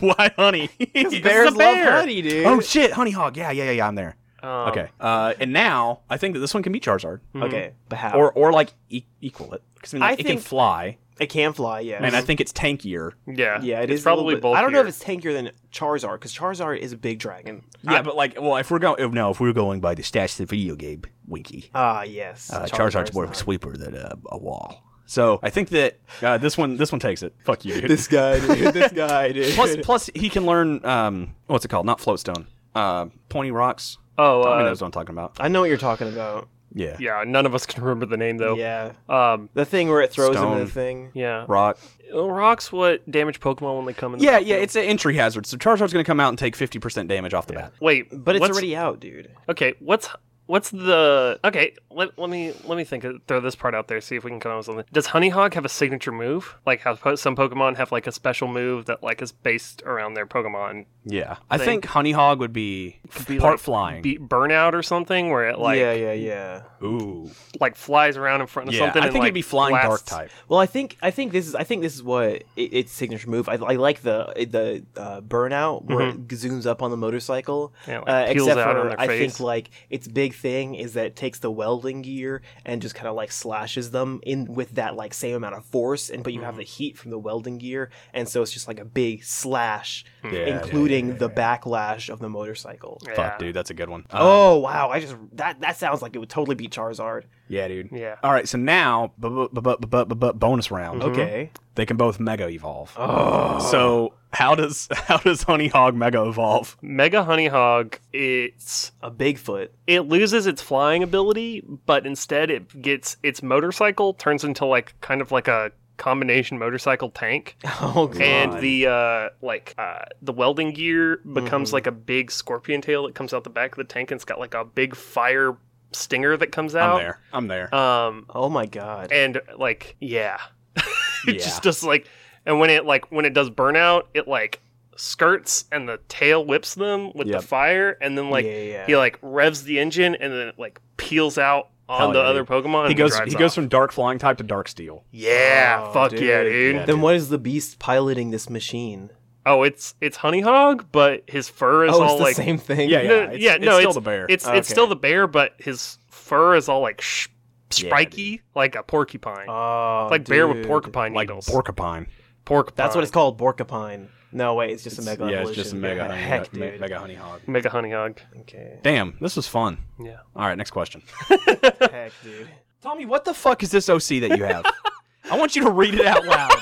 Speaker 6: Why, honey?
Speaker 3: Because bears love honey, dude.
Speaker 4: Oh shit, Honey Hog. Yeah, yeah, yeah, yeah. I'm there.
Speaker 2: Um,
Speaker 4: Okay. Uh, and now I think that this one can beat Charizard,
Speaker 2: mhm.
Speaker 3: okay, but how?
Speaker 4: or or like e- equal it because I Hmm. mean,
Speaker 3: I
Speaker 4: like, it can
Speaker 3: think-
Speaker 4: fly,
Speaker 3: it can fly, yeah.
Speaker 4: and I think it's tankier.
Speaker 2: Yeah.
Speaker 3: yeah, it
Speaker 2: it's
Speaker 3: is a little
Speaker 2: probably
Speaker 3: bit- I don't know if
Speaker 2: bulkier.
Speaker 3: it's tankier than Charizard because Charizard is a big dragon.
Speaker 4: Yeah, but like, well, if we're going, if, no, if we're going by the stats of the video game, Winky,
Speaker 3: Ah, yes.
Speaker 4: uh, Charizard's
Speaker 3: Charizard's
Speaker 4: more of a
Speaker 3: not.
Speaker 4: sweeper than a, a wall. So I think that uh, this one, this one takes it. Fuck you, dude.
Speaker 3: This guy, dude. This guy, dude.
Speaker 4: plus, plus he can learn. Um, what's it called? Not floatstone. Uh, pointy rocks.
Speaker 2: Oh,
Speaker 4: Tommy
Speaker 2: uh,
Speaker 4: knows what I'm talking about.
Speaker 3: I know what you're talking about.
Speaker 4: Yeah.
Speaker 2: yeah, none of us can remember the name though.
Speaker 3: Yeah,
Speaker 2: Um
Speaker 3: the thing where it throws him
Speaker 4: Stone.
Speaker 3: in the thing.
Speaker 2: yeah. Uh,
Speaker 4: Rock.
Speaker 2: Rocks what damage Pokemon when they come in. the
Speaker 4: Yeah, yeah.
Speaker 2: battlefield.
Speaker 4: It's an entry hazard. So Charizard's gonna come out and take 50% damage off the bat.
Speaker 2: Wait,
Speaker 3: But it's
Speaker 2: what's-
Speaker 3: already out, dude.
Speaker 2: Okay, what's what's the okay? Let, let me let me think. Throw this part out there. See if we can come up with something. Does Honeyhawk have a signature move? Like how po- some Pokemon have like a special move that like is based around their Pokemon.
Speaker 4: Yeah, I
Speaker 2: think-
Speaker 4: think Honey Hog would be,
Speaker 2: Could be,
Speaker 4: part
Speaker 2: like,
Speaker 4: flying.
Speaker 2: Be burnout or something where it like
Speaker 3: yeah, yeah, yeah.
Speaker 4: Ooh,
Speaker 2: like flies around in front of
Speaker 4: yeah.
Speaker 2: something.
Speaker 4: I
Speaker 2: and,
Speaker 4: think
Speaker 2: like,
Speaker 4: it'd be flying dark
Speaker 2: blasts-
Speaker 4: type.
Speaker 3: Well, I think I think this is I think this is what it, its signature move. I, I like the the uh, burnout where it zooms up on the motorcycle.
Speaker 2: Mm-hmm. Yeah, like,
Speaker 3: uh,
Speaker 2: peels
Speaker 3: except
Speaker 2: out
Speaker 3: for
Speaker 2: on their
Speaker 3: I
Speaker 2: face.
Speaker 3: think like its big thing is that it takes the welding gear and just kind of like slashes them in with that like same amount of force, and but you have the
Speaker 2: Mm-hmm.
Speaker 3: heat from the welding gear, and so it's just like a big slash,
Speaker 4: Yeah, yeah, yeah,
Speaker 3: including
Speaker 4: yeah, Uh,
Speaker 3: the backlash of the motorcycle.
Speaker 2: Mm-hmm. Yeah.
Speaker 4: Fuck, dude, that's a good one. Um,
Speaker 3: Oh wow! I just that that sounds like it would totally beat Charizard.
Speaker 4: yeah, dude.
Speaker 2: Yeah.
Speaker 4: All right, so now bu- bu- bu- bu- bu- bu- bu- bonus round.
Speaker 2: Mm-hmm.
Speaker 3: Okay.
Speaker 4: They can both mega evolve. Mm-hmm. Oh. So how does how does Honey Hog mega evolve?
Speaker 2: Mega Honeyhawk. It's
Speaker 3: A Bigfoot.
Speaker 2: it loses its flying ability, but instead it gets its motorcycle turns into like kind of like a combination motorcycle tank.
Speaker 3: Oh god.
Speaker 2: and the uh like uh the welding gear
Speaker 4: Mm-hmm.
Speaker 2: becomes like a big scorpion tail that comes out the back of the tank and it's got like a big fire stinger that comes out
Speaker 4: I'm there. I'm there.
Speaker 2: um
Speaker 3: oh my god.
Speaker 2: and like yeah it
Speaker 4: Yeah.
Speaker 2: just does like and when it like when it does burnout it like skirts and the tail whips them with
Speaker 4: Yep.
Speaker 2: the fire and then like
Speaker 3: Yeah, yeah.
Speaker 2: he like revs the engine and then it like peels out on
Speaker 4: Hell
Speaker 2: the
Speaker 4: yeah,
Speaker 2: other
Speaker 4: dude.
Speaker 2: pokemon
Speaker 4: he
Speaker 2: and
Speaker 4: goes
Speaker 2: drives
Speaker 4: he goes
Speaker 2: off.
Speaker 4: from dark flying type to dark steel.
Speaker 2: yeah
Speaker 3: Oh,
Speaker 2: fuck yeah dude
Speaker 4: Yeah.
Speaker 3: Then what is the beast piloting this machine?
Speaker 2: oh it's it's honeyhog but his fur is
Speaker 3: oh,
Speaker 2: all
Speaker 3: it's the
Speaker 2: like
Speaker 3: same thing.
Speaker 2: No,
Speaker 4: Yeah, yeah. It's,
Speaker 2: yeah,
Speaker 4: it's
Speaker 2: no,
Speaker 4: still the bear.
Speaker 2: It's it's
Speaker 3: Okay.
Speaker 2: still the bear, but his fur is all like sh-
Speaker 4: Yeah,
Speaker 2: spiky, like a porcupine,
Speaker 3: Oh,
Speaker 2: like bear with
Speaker 3: dude.
Speaker 2: porcupine
Speaker 4: like
Speaker 2: needles.
Speaker 4: porcupine.
Speaker 2: porcupine.
Speaker 3: That's what it's called, porcupine. No, wait, it's just a mega
Speaker 4: yeah, it's
Speaker 3: evolution.
Speaker 4: just a mega honey,
Speaker 3: Heck,
Speaker 4: me-
Speaker 3: dude.
Speaker 4: mega honey hog.
Speaker 2: Mega honey hog.
Speaker 3: Okay.
Speaker 4: Damn, this was fun.
Speaker 2: Yeah.
Speaker 4: All right, next question.
Speaker 3: Heck, dude.
Speaker 4: Tommy, what the fuck is this OC that you have? I want you to read it out loud.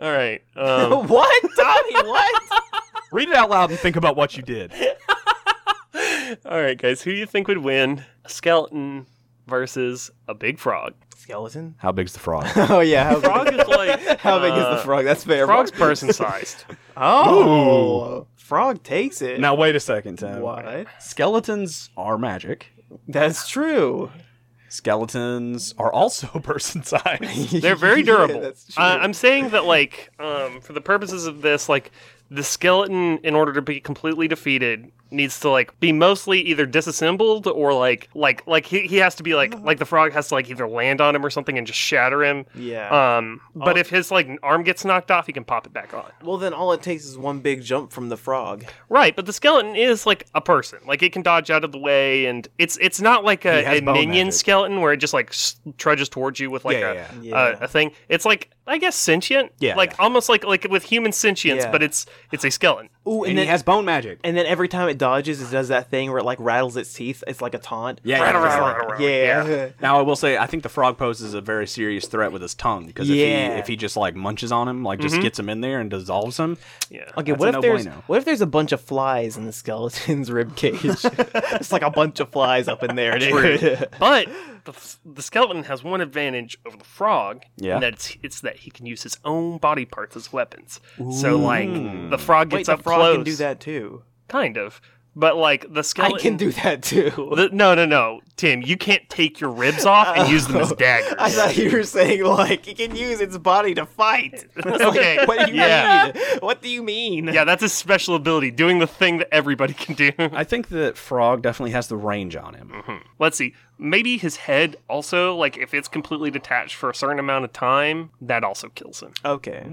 Speaker 2: All right. Um,
Speaker 3: what, Tommy? What?
Speaker 4: read it out loud and think about what you did.
Speaker 2: all right, guys. Who do you think would win? A skeleton versus a big frog.
Speaker 3: Skeleton?
Speaker 4: How big's the frog?
Speaker 3: Oh yeah. How
Speaker 2: Frog
Speaker 3: big,
Speaker 2: is like
Speaker 3: how big is
Speaker 2: uh,
Speaker 3: the frog? That's fair.
Speaker 2: Frog's person sized.
Speaker 3: Oh, frog takes it.
Speaker 4: now wait a second, Tim.
Speaker 3: What?
Speaker 4: Skeletons are magic.
Speaker 3: That's true.
Speaker 4: Skeletons are also person sized.
Speaker 2: They're very
Speaker 3: Yeah,
Speaker 2: durable. Uh,
Speaker 3: that's true.
Speaker 2: I, I'm saying that, like, um, for the purposes of this, like, the skeleton, in order to be completely defeated, needs to like be mostly either disassembled or like like like he, he has to be like like the frog has to like either land on him or something and just shatter him.
Speaker 3: Yeah.
Speaker 2: Um, but
Speaker 3: Oh.
Speaker 2: if his like arm gets knocked off, he can pop it back on.
Speaker 3: well, then all it takes is one big jump from the frog.
Speaker 2: Right, but the skeleton is like a person. Like it can dodge out of the way, and it's it's not like
Speaker 4: He
Speaker 2: a,
Speaker 4: has
Speaker 2: a
Speaker 4: bow
Speaker 2: minion
Speaker 4: magic.
Speaker 2: skeleton where it just like s- trudges towards you with like
Speaker 4: Yeah,
Speaker 2: a,
Speaker 4: yeah,
Speaker 3: yeah.
Speaker 2: A, a thing. It's like I guess sentient.
Speaker 4: Yeah,
Speaker 2: like
Speaker 4: yeah.
Speaker 2: almost like like with human sentience,
Speaker 3: Yeah.
Speaker 2: but it's it's a skeleton.
Speaker 3: Ooh, and,
Speaker 4: and
Speaker 3: then
Speaker 4: he has bone magic.
Speaker 3: and then every time it dodges, it does that thing where it like rattles its teeth. It's like a taunt.
Speaker 4: Yeah, yeah, yeah.
Speaker 3: Yeah.
Speaker 4: Now I will say I think the frog poses a very serious threat with his tongue because
Speaker 3: Yeah.
Speaker 4: if he if he just like munches on him, like just gets him in there and dissolves him,
Speaker 2: Yeah.
Speaker 3: Okay,
Speaker 4: That's
Speaker 3: what
Speaker 4: a
Speaker 3: if there's
Speaker 4: no-bueno.
Speaker 3: what if there's a bunch of flies in the skeleton's rib cage? it's like a bunch of flies up in there, dude.
Speaker 2: But the, f- the skeleton has one advantage over the frog,
Speaker 4: Yeah.
Speaker 2: and that's it's that he can use his own body parts as weapons. So like the frog
Speaker 3: Wait,
Speaker 2: gets
Speaker 3: the
Speaker 2: up
Speaker 3: frog
Speaker 2: close,
Speaker 3: can do that too.
Speaker 2: kind of. But like the skeleton
Speaker 3: I can do that too.
Speaker 2: The- no, no, no, Tim. You can't take your ribs off and use them as daggers.
Speaker 3: I thought you were saying like it can use its body to fight.
Speaker 2: okay.
Speaker 3: What do you
Speaker 2: yeah.
Speaker 3: mean? What do you mean?
Speaker 2: Yeah, that's his special ability, doing the thing that everybody can do.
Speaker 4: I think that frog definitely has the range on him.
Speaker 2: Let's see. Maybe his head also, like, if it's completely detached for a certain amount of time, that also kills him.
Speaker 3: Okay.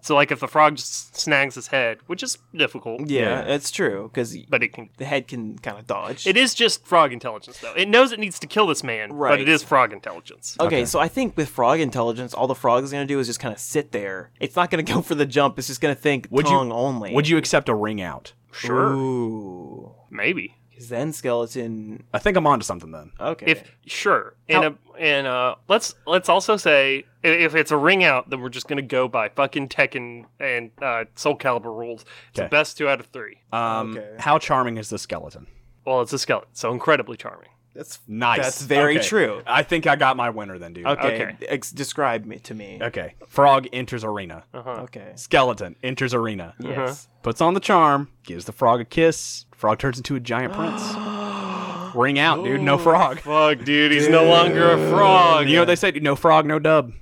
Speaker 2: So, like, if the frog just snags his head, which is difficult,
Speaker 3: Yeah,
Speaker 4: Yeah.
Speaker 3: that's true because
Speaker 2: but it can.
Speaker 3: the head can kind of dodge.
Speaker 2: It is just frog intelligence, though. It knows it needs to kill this man,
Speaker 3: Right. Oh.
Speaker 2: but it is frog intelligence.
Speaker 3: Okay, so I think with frog intelligence, all the frog is gonna do is just kind of sit there. It's not gonna go for the jump. It's just gonna think
Speaker 4: Would you-
Speaker 3: tongue only.
Speaker 4: Would you accept a ring out?
Speaker 2: Sure.
Speaker 3: Ooh.
Speaker 2: Maybe.
Speaker 3: 'Cause then skeleton.
Speaker 4: I think I'm onto something then.
Speaker 3: Okay.
Speaker 2: if sure and a, and uh let's let's also say i- if it's a ring out then we're just gonna go by fucking tekken and uh soul caliber rules it's
Speaker 4: Okay.
Speaker 2: best two out of three
Speaker 3: Uh,
Speaker 4: Um,
Speaker 3: Okay.
Speaker 4: How charming is the skeleton?
Speaker 2: well it's a skeleton so incredibly charming
Speaker 3: that's
Speaker 4: Nice.
Speaker 3: That's very
Speaker 4: Okay.
Speaker 3: true.
Speaker 4: I think I got my winner then, dude.
Speaker 3: Okay.
Speaker 2: Okay.
Speaker 3: Ex- describe me to me.
Speaker 4: Okay. Frog enters arena.
Speaker 2: Oh.
Speaker 3: Okay.
Speaker 4: Skeleton enters arena.
Speaker 3: Uh-huh. Yes.
Speaker 4: Puts on the charm. Gives the frog a kiss. Frog turns into a giant prince. Ring out, dude. No frog.
Speaker 2: fuck dude he's no longer a frog
Speaker 4: You know what they say? dude? No frog, no dub.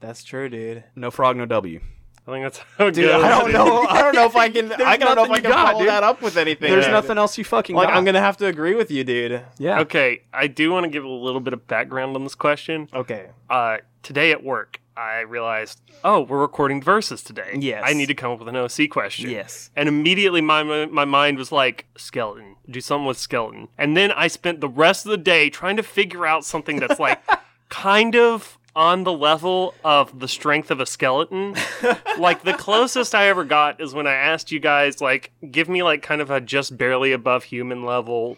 Speaker 3: That's true, dude.
Speaker 4: No frog, no W.
Speaker 2: i think that's how it
Speaker 3: Dude,
Speaker 2: goes
Speaker 3: I don't know. I don't know if I can. I don't know if
Speaker 4: nothing
Speaker 3: I
Speaker 4: you
Speaker 3: can
Speaker 4: got,
Speaker 3: follow
Speaker 4: dude.
Speaker 3: that up with anything.
Speaker 4: There's
Speaker 3: dude.
Speaker 4: nothing else you fucking
Speaker 3: Like
Speaker 4: got.
Speaker 3: I'm gonna have to agree with you, dude.
Speaker 4: yeah.
Speaker 2: okay i do want to give a little bit of background on this question
Speaker 3: Okay.
Speaker 2: uh today at work i realized oh we're recording verses today
Speaker 3: Yes.
Speaker 2: i need to come up with an oc question
Speaker 3: Yes.
Speaker 2: And immediately my my mind was like skeleton. Do something with skeleton. And then I spent the rest of the day trying to figure out something that's like kind of on the level of the strength of a skeleton. like the closest I ever got is when I asked you guys like give me like kind of a just barely above human level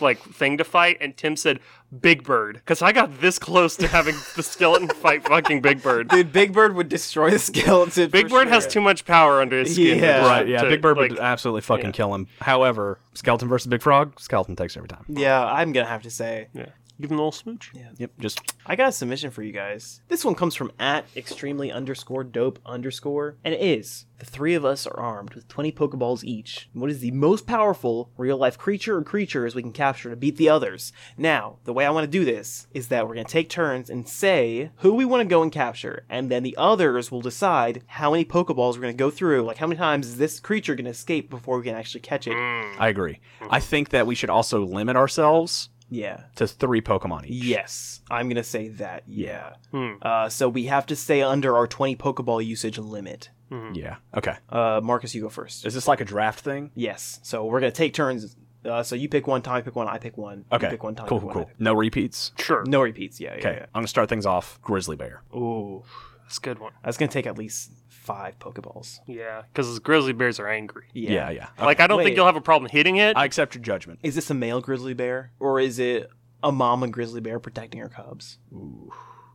Speaker 2: like thing to fight and Tim said Big Bird cuz I got this close to having the skeleton fight fucking Big Bird.
Speaker 3: Dude, Big Bird would destroy the skeleton.
Speaker 2: Big
Speaker 3: for
Speaker 2: Bird has
Speaker 3: sure.
Speaker 2: too much power under his skin.
Speaker 3: Yeah.
Speaker 2: to-
Speaker 4: Right, yeah.
Speaker 2: to,
Speaker 4: Big Bird
Speaker 2: like,
Speaker 4: would absolutely fucking kill him. However, skeleton versus big frog, skeleton takes every time.
Speaker 3: Yeah, I'm gonna have to say.
Speaker 2: Yeah. Give him a little smooch.
Speaker 4: Yep, just
Speaker 3: I got a submission for you guys. This one comes from at extremely underscore dope underscore, and it is the three of us are armed with 20 Pokeballs each. What is the most powerful real life creature or creatures we can capture to beat the others? Now, the way I want to do this is that we're going to take turns and say who we want to go and capture, and then the others will decide how many Pokeballs we're going to go through. Like, how many times is this creature going to escape before we can actually catch it?
Speaker 4: I agree. I think that we should also limit ourselves
Speaker 3: Yeah.
Speaker 4: to three Pokemon each.
Speaker 3: Yes, I'm gonna say that. Yeah.
Speaker 2: Hmm.
Speaker 3: Uh, so we have to stay under our 20 Pokeball usage limit.
Speaker 2: Mm-hmm.
Speaker 4: Yeah. Okay.
Speaker 3: Uh, Marcus, you go first.
Speaker 4: Is this like a draft thing?
Speaker 3: Yes. So we're gonna take turns. Uh, so you pick one, Tommy pick one, I pick one. you
Speaker 4: Okay.
Speaker 3: pick one, Tommy
Speaker 4: cool,
Speaker 3: pick
Speaker 4: cool,
Speaker 3: one,
Speaker 4: cool. No repeats.
Speaker 2: Sure.
Speaker 3: I- No repeats. Yeah.
Speaker 4: Okay.
Speaker 3: Yeah.
Speaker 4: I'm gonna start things off. Grizzly bear.
Speaker 3: yeah. Ooh,
Speaker 2: That's a good one.
Speaker 3: that's gonna take at least five Pokeballs.
Speaker 2: Yeah, because grizzly bears are angry.
Speaker 3: Yeah.
Speaker 4: Uh, Yeah, yeah. Okay.
Speaker 2: Like I don't
Speaker 3: Wait.
Speaker 2: think you'll have a problem hitting it.
Speaker 4: I accept your judgment.
Speaker 3: Is this a male grizzly bear or is it a mama grizzly bear protecting her cubs?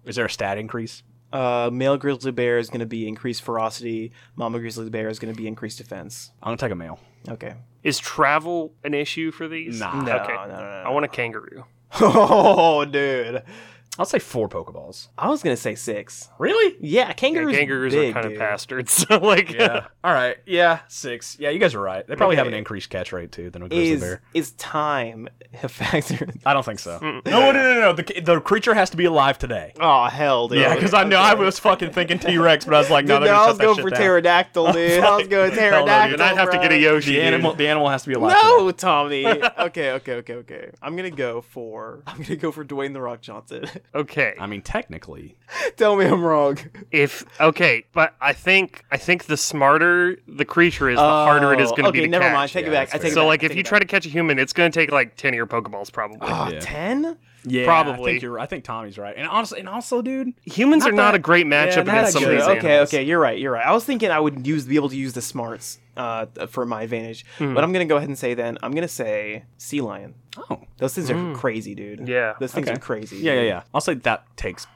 Speaker 4: Is there a stat increase?
Speaker 3: Uh, male grizzly bear is gonna be increased ferocity. Mama grizzly bear is gonna be increased defense.
Speaker 4: I'm gonna take a male.
Speaker 3: Okay.
Speaker 2: Is travel an issue for these?
Speaker 4: Nah.
Speaker 3: No,
Speaker 2: okay.
Speaker 3: no, no, no,
Speaker 2: I want a kangaroo.
Speaker 3: Oh, dude.
Speaker 4: I'll say four Pokeballs.
Speaker 3: I was gonna say six.
Speaker 4: Really?
Speaker 3: Yeah,
Speaker 2: Yeah,
Speaker 3: kangaroos.
Speaker 2: kangaroos
Speaker 3: big,
Speaker 2: are kind of
Speaker 3: dude.
Speaker 2: bastards. So like,
Speaker 4: Yeah. All right. Yeah, six. Yeah, you guys are right. They probably have an
Speaker 3: Okay.
Speaker 4: increased catch rate too than a grizzly
Speaker 3: Is
Speaker 4: bear.
Speaker 3: is time a factor?
Speaker 4: I don't think so. No,
Speaker 2: Mm.
Speaker 4: no, no, no, no. The, the creature has to be alive today.
Speaker 3: oh hell, dude.
Speaker 6: Yeah, because I know I was fucking thinking T Rex, but I was like,
Speaker 3: Dude,
Speaker 6: no,
Speaker 3: no,
Speaker 6: they're
Speaker 3: I
Speaker 6: gonna
Speaker 3: was
Speaker 6: shut that
Speaker 3: going
Speaker 6: shit
Speaker 3: for
Speaker 6: down.
Speaker 3: pterodactyl, dude. I was going
Speaker 6: Hell no, dude.
Speaker 3: pterodactyl.
Speaker 6: And I'd have to get a
Speaker 3: bro.
Speaker 6: Yoshi.
Speaker 4: The
Speaker 6: dude.
Speaker 4: animal, the animal has to be alive.
Speaker 3: No, Tommy. okay, okay, okay, okay. I'm gonna go for. I'm gonna go for Dwayne the Rock Johnson.
Speaker 2: okay.
Speaker 4: Today. I mean, technically,
Speaker 3: Tell me I'm wrong.
Speaker 2: If okay, but I think I think the smarter the creature is, the harder it is going to
Speaker 3: Oh, okay,
Speaker 2: be to
Speaker 3: never
Speaker 2: catch.
Speaker 3: mind. Take it
Speaker 4: Yeah,
Speaker 3: back.
Speaker 4: that's
Speaker 3: I take
Speaker 4: fair.
Speaker 3: it
Speaker 2: so
Speaker 3: back,
Speaker 2: like,
Speaker 3: I
Speaker 2: if
Speaker 3: take
Speaker 2: you
Speaker 3: it
Speaker 2: try to catch a human, it's going to take like ten of your Pokeballs probably.
Speaker 3: back.
Speaker 4: Yeah.
Speaker 3: Oh, ten?
Speaker 4: yeah,
Speaker 2: Probably.
Speaker 4: I think, you're, I think Tommy's right, and honestly, and also, dude,
Speaker 2: Humans
Speaker 4: Not
Speaker 2: are not
Speaker 4: that-
Speaker 2: a great matchup
Speaker 4: not
Speaker 2: against
Speaker 4: that
Speaker 2: some of
Speaker 4: good.
Speaker 2: these
Speaker 3: okay, okay,
Speaker 2: animals.
Speaker 3: okay. You're right. You're right. I was thinking I would use be able to use the smarts uh, for my advantage,
Speaker 4: Hmm.
Speaker 3: but I'm gonna go ahead and say then I'm gonna say sea lion.
Speaker 4: oh,
Speaker 3: Those things are crazy, dude.
Speaker 2: Yeah.
Speaker 3: those things
Speaker 4: Okay.
Speaker 3: are crazy.
Speaker 4: yeah, yeah, yeah. I'll say that takes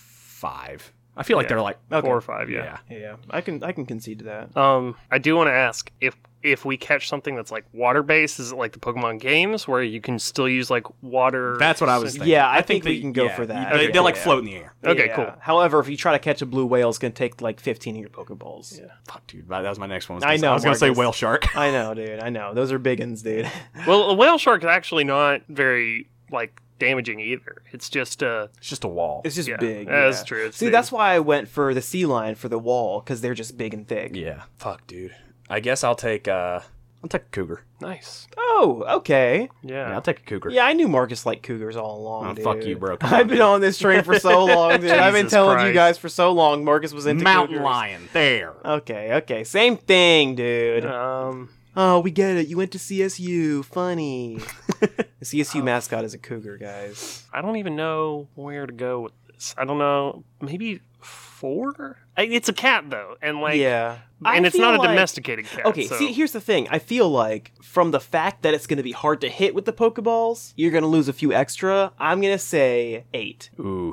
Speaker 4: five. I feel like
Speaker 2: Yeah.
Speaker 4: they're like
Speaker 2: Four or five, yeah.
Speaker 3: yeah, yeah. I can I can concede to that.
Speaker 2: Um, I do want to ask if if we catch something that's like water based, is it like the Pokemon games where you can still use like water?
Speaker 4: That's what I was thinking.
Speaker 3: Yeah, I,
Speaker 4: I
Speaker 3: think, we
Speaker 4: they-
Speaker 3: can go
Speaker 4: yeah,
Speaker 3: for that.
Speaker 4: They,
Speaker 3: Yeah,
Speaker 4: they like
Speaker 3: yeah.
Speaker 4: float in the air.
Speaker 2: Okay,
Speaker 3: Yeah.
Speaker 2: cool.
Speaker 3: However, if you try to catch a blue whale, it's gonna take like 15 of your Pokeballs.
Speaker 4: Fuck, dude. That was my next one.
Speaker 3: I
Speaker 4: I
Speaker 3: know,
Speaker 4: know. I was gonna say
Speaker 3: Marcus.
Speaker 4: whale shark.
Speaker 3: I know, dude. I know. Those are big uns, dude.
Speaker 2: Well, a whale shark is actually not very like damaging either. It's just uh,
Speaker 4: It's just a wall.
Speaker 3: It's just
Speaker 2: Yeah,
Speaker 3: big.
Speaker 2: that's
Speaker 3: yeah.
Speaker 2: true, it's
Speaker 3: See,
Speaker 2: big.
Speaker 3: that's why I went for the sea lion for the wall because they're just big and thick.
Speaker 4: yeah. Fuck, dude. I guess I'll take. uh I'll take a cougar.
Speaker 2: nice.
Speaker 3: Oh, okay.
Speaker 4: Yeah,
Speaker 2: Yeah.
Speaker 4: I'll take a cougar.
Speaker 3: Yeah, I knew Marcus liked cougars all along.
Speaker 4: Oh,
Speaker 3: dude.
Speaker 4: fuck you, bro. Come on,
Speaker 3: I've been
Speaker 4: dude.
Speaker 3: on this train for so long, dude. I've been
Speaker 2: Jesus
Speaker 3: telling you
Speaker 2: Christ.
Speaker 3: guys for so long. Marcus was into
Speaker 4: Mountain
Speaker 3: cougars.
Speaker 4: lion. There.
Speaker 3: Okay, okay, same thing, dude.
Speaker 2: Um,
Speaker 3: Oh, we get it. You went to CSU. Funny. the CSU mascot is a cougar, guys.
Speaker 2: I don't even know where to go with this. I don't know. Maybe four. I, it's a cat though, and like,
Speaker 3: yeah,
Speaker 2: and
Speaker 3: I
Speaker 2: it's not a
Speaker 3: feel like-
Speaker 2: domesticated cat.
Speaker 3: Okay,
Speaker 2: so-
Speaker 3: see, here's the thing. I feel like from the fact that it's going to be hard to hit with the Pokeballs, you're going to lose a few extra. I'm going to say eight
Speaker 4: Ooh.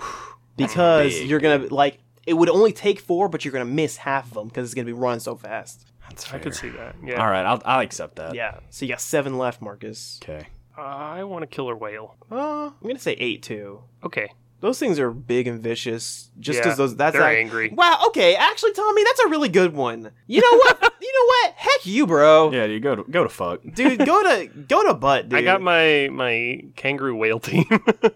Speaker 3: because
Speaker 4: big.
Speaker 3: you're going to, like, it would only take four, but you're going to miss half of them because it's going to be running so fast.
Speaker 4: That's
Speaker 2: I
Speaker 4: fair.
Speaker 2: could see that. Yeah.
Speaker 4: All right, I'll, I'll accept
Speaker 2: Uh,
Speaker 4: that.
Speaker 3: Yeah. So you got seven left, Marcus.
Speaker 4: Okay.
Speaker 2: I want to kill a whale.
Speaker 3: Uh, I'm going to say eight, too.
Speaker 2: Okay.
Speaker 3: Those things are big and vicious. Just
Speaker 2: Yeah,
Speaker 3: because those, that's
Speaker 2: they're
Speaker 3: act-
Speaker 2: angry.
Speaker 3: Wow. Okay. Actually, Tommy, that's a really good one. You know what? you know what? Heck you, bro.
Speaker 4: Yeah, you go to go to fuck.
Speaker 3: Dude, go to go to butt, dude.
Speaker 2: I got my my kangaroo whale team.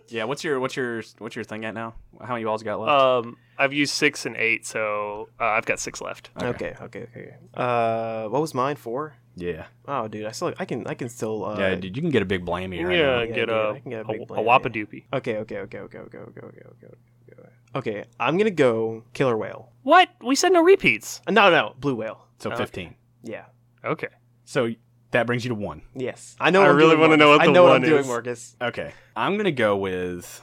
Speaker 4: Yeah, what's your what's your what's your thing at now? How many balls you got left?
Speaker 2: um, I've used six and eight, so uh, I've got six left.
Speaker 3: Okay. Okay. Okay. Uh, what was mine for?
Speaker 4: yeah.
Speaker 3: Oh, dude, I still I can I can still. Uh,
Speaker 4: yeah, dude, you can get a big blammy right
Speaker 2: yeah,
Speaker 3: yeah,
Speaker 2: get
Speaker 3: dude,
Speaker 2: a
Speaker 3: I can get a
Speaker 2: a,
Speaker 3: big
Speaker 2: a
Speaker 3: plan,
Speaker 2: wapadoopy.
Speaker 3: Okay. Okay. Okay. Okay. Okay. Okay. Okay. Okay. Okay. Okay. Okay. I'm gonna go killer whale.
Speaker 2: What? We said no repeats.
Speaker 3: Uh, No, no, blue whale.
Speaker 4: So
Speaker 2: Okay.
Speaker 4: 15.
Speaker 3: Yeah.
Speaker 2: Okay.
Speaker 4: So that brings you to 1.
Speaker 3: Yes. I know.
Speaker 2: I
Speaker 3: what I'm
Speaker 2: really
Speaker 3: doing,
Speaker 2: wanna know
Speaker 3: Marcus.
Speaker 2: what
Speaker 3: I
Speaker 2: the
Speaker 3: know what I'm
Speaker 2: one
Speaker 3: doing,
Speaker 2: is.
Speaker 3: Marcus.
Speaker 4: Okay. I'm going to go with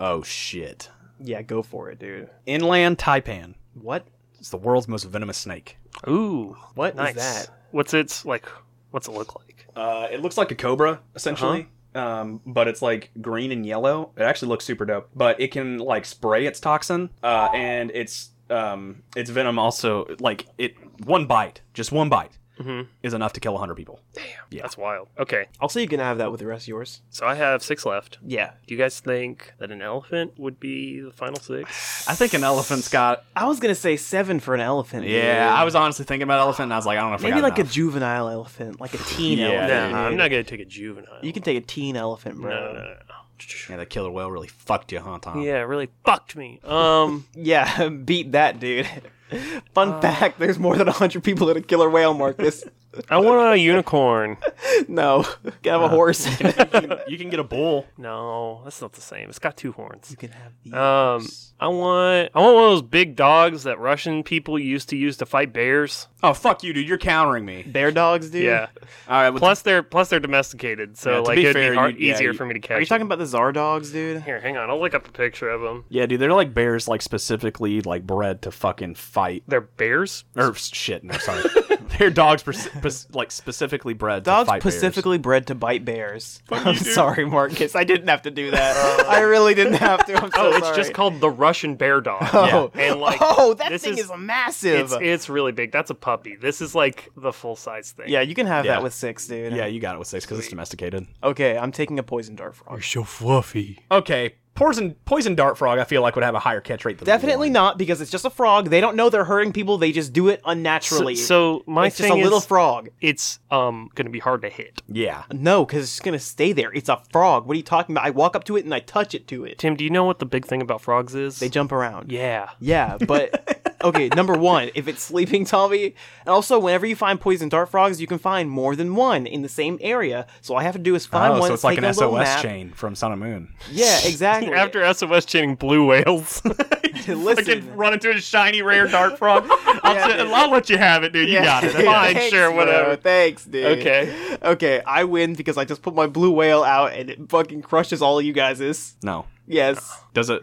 Speaker 4: Oh shit.
Speaker 3: Yeah, go for it, dude.
Speaker 4: Inland taipan.
Speaker 3: What?
Speaker 4: It's the world's most venomous snake.
Speaker 2: Ooh,
Speaker 3: What is
Speaker 2: nice.
Speaker 3: that?
Speaker 2: What's its like? What's it look like?
Speaker 4: Uh it looks like a cobra essentially.
Speaker 3: Uh-huh.
Speaker 4: Um, but it's like green and yellow. It actually looks super dope. But it can like spray its toxin, uh, and its um, its venom also like it one bite, just one bite,
Speaker 3: Mm-hmm.
Speaker 2: Mhm.
Speaker 4: is enough to kill hundred people. Yeah.
Speaker 2: That's wild. Okay,
Speaker 3: Also, you can have that with the rest of yours.
Speaker 2: so I have six left.
Speaker 3: Yeah.
Speaker 2: Do you guys think that an elephant would be the final six?
Speaker 4: I think an elephant's got.
Speaker 3: I was gonna say seven for an elephant.
Speaker 4: Yeah,
Speaker 3: dude.
Speaker 4: I was honestly thinking about elephant, and I was like, I don't know if I
Speaker 3: Maybe
Speaker 4: got
Speaker 3: like a
Speaker 4: enough.
Speaker 3: juvenile elephant, like a teen
Speaker 4: Yeah,
Speaker 3: elephant.
Speaker 2: No,
Speaker 4: dude.
Speaker 2: I'm
Speaker 3: dude.
Speaker 2: not gonna take a juvenile.
Speaker 3: You can take a teen elephant,
Speaker 2: no,
Speaker 3: bro.
Speaker 2: no, no,
Speaker 4: Yeah, that killer whale really fucked you, huh, Tom?
Speaker 2: no. Yeah, it really fucked me. Um,
Speaker 3: Yeah, beat that, dude. Fun fact: There's more than hundred people in a killer whale, Marcus.
Speaker 2: I want a unicorn.
Speaker 3: no, can have a horse. you
Speaker 4: you can get a bull.
Speaker 2: No, that's not the same. It's got two horns.
Speaker 3: can have the
Speaker 2: Um, I want I want one of those big dogs that Russian people used to use to fight bears.
Speaker 4: Oh fuck you, dude! You're countering me.
Speaker 3: bear dogs, dude.
Speaker 2: Yeah.
Speaker 4: All right, well,
Speaker 2: Plus they're plus they're domesticated, so
Speaker 4: Yeah, to
Speaker 2: like
Speaker 4: be
Speaker 2: it'd
Speaker 4: fair,
Speaker 2: be hard,
Speaker 4: you- yeah,
Speaker 2: easier
Speaker 4: you-
Speaker 2: for me to catch.
Speaker 3: Are you talking about the czar dogs, dude?
Speaker 2: it. here? Hang on, I'll look up a picture of them.
Speaker 4: yeah, dude, they're like bears, like specifically like bred to fucking fight.
Speaker 2: They're bears.
Speaker 4: Or shit, no, sorry. they're dogs, pers- pers- like specifically bred
Speaker 3: Dogs
Speaker 4: to fight bears.
Speaker 3: specifically bred to bite bears. I'm sorry, Marcus. I didn't have to do that. I really didn't have to. I'm so
Speaker 2: Uh. Oh, it's
Speaker 3: sorry.
Speaker 2: just called the Russian bear dog.
Speaker 3: Oh,
Speaker 2: And like
Speaker 3: oh, that
Speaker 2: this
Speaker 3: thing
Speaker 2: is-
Speaker 3: is, massive.
Speaker 2: it's it's really big. That's a puppy. This is like the full size thing.
Speaker 3: yeah, you can have
Speaker 4: Yeah.
Speaker 3: that with six, dude.
Speaker 4: Yeah, you got it with six because it's domesticated.
Speaker 3: Okay, I'm taking a poison dart frog.
Speaker 4: Okay, Poison poison dart frog, I feel like would have a higher catch rate than
Speaker 3: Definitely
Speaker 4: one.
Speaker 3: not because it's just a frog. They don't know they're hurting people. They just do it
Speaker 2: So,
Speaker 3: unnaturally.
Speaker 2: so my
Speaker 3: it's
Speaker 2: thing
Speaker 3: just a little
Speaker 2: is,
Speaker 3: frog.
Speaker 2: it's um gonna be hard to hit.
Speaker 4: Yeah.
Speaker 3: No, because it's gonna stay there. It's a frog. What are you talking about? I walk up to it and I touch it to it.
Speaker 2: Tim, do you know what the big thing about frogs is?
Speaker 3: They jump around.
Speaker 2: yeah.
Speaker 3: Yeah, but okay, number one, if it's sleeping, Tommy. And also, whenever you find poison dart frogs, you can find more than one in the same area. So all I have to do is find
Speaker 4: Oh,
Speaker 3: one.
Speaker 4: so it's like
Speaker 3: take
Speaker 4: an
Speaker 3: a little
Speaker 4: SOS
Speaker 3: nap.
Speaker 4: chain from Sun and Moon.
Speaker 3: Yeah, exactly.
Speaker 2: After SOS chaining blue whales.
Speaker 6: Fucking
Speaker 3: listen,
Speaker 6: run into a shiny rare dart frog. I'll,
Speaker 3: Yeah,
Speaker 6: t-
Speaker 3: dude.
Speaker 6: I'll let you have it, dude. You got it. Fine,
Speaker 3: Thanks,
Speaker 6: sure,
Speaker 3: bro.
Speaker 6: whatever.
Speaker 3: Thanks, dude.
Speaker 2: Okay.
Speaker 3: Okay, I win because I just put my blue whale out and it fucking crushes all of you guys'.
Speaker 4: No.
Speaker 3: Yes.
Speaker 6: Does it?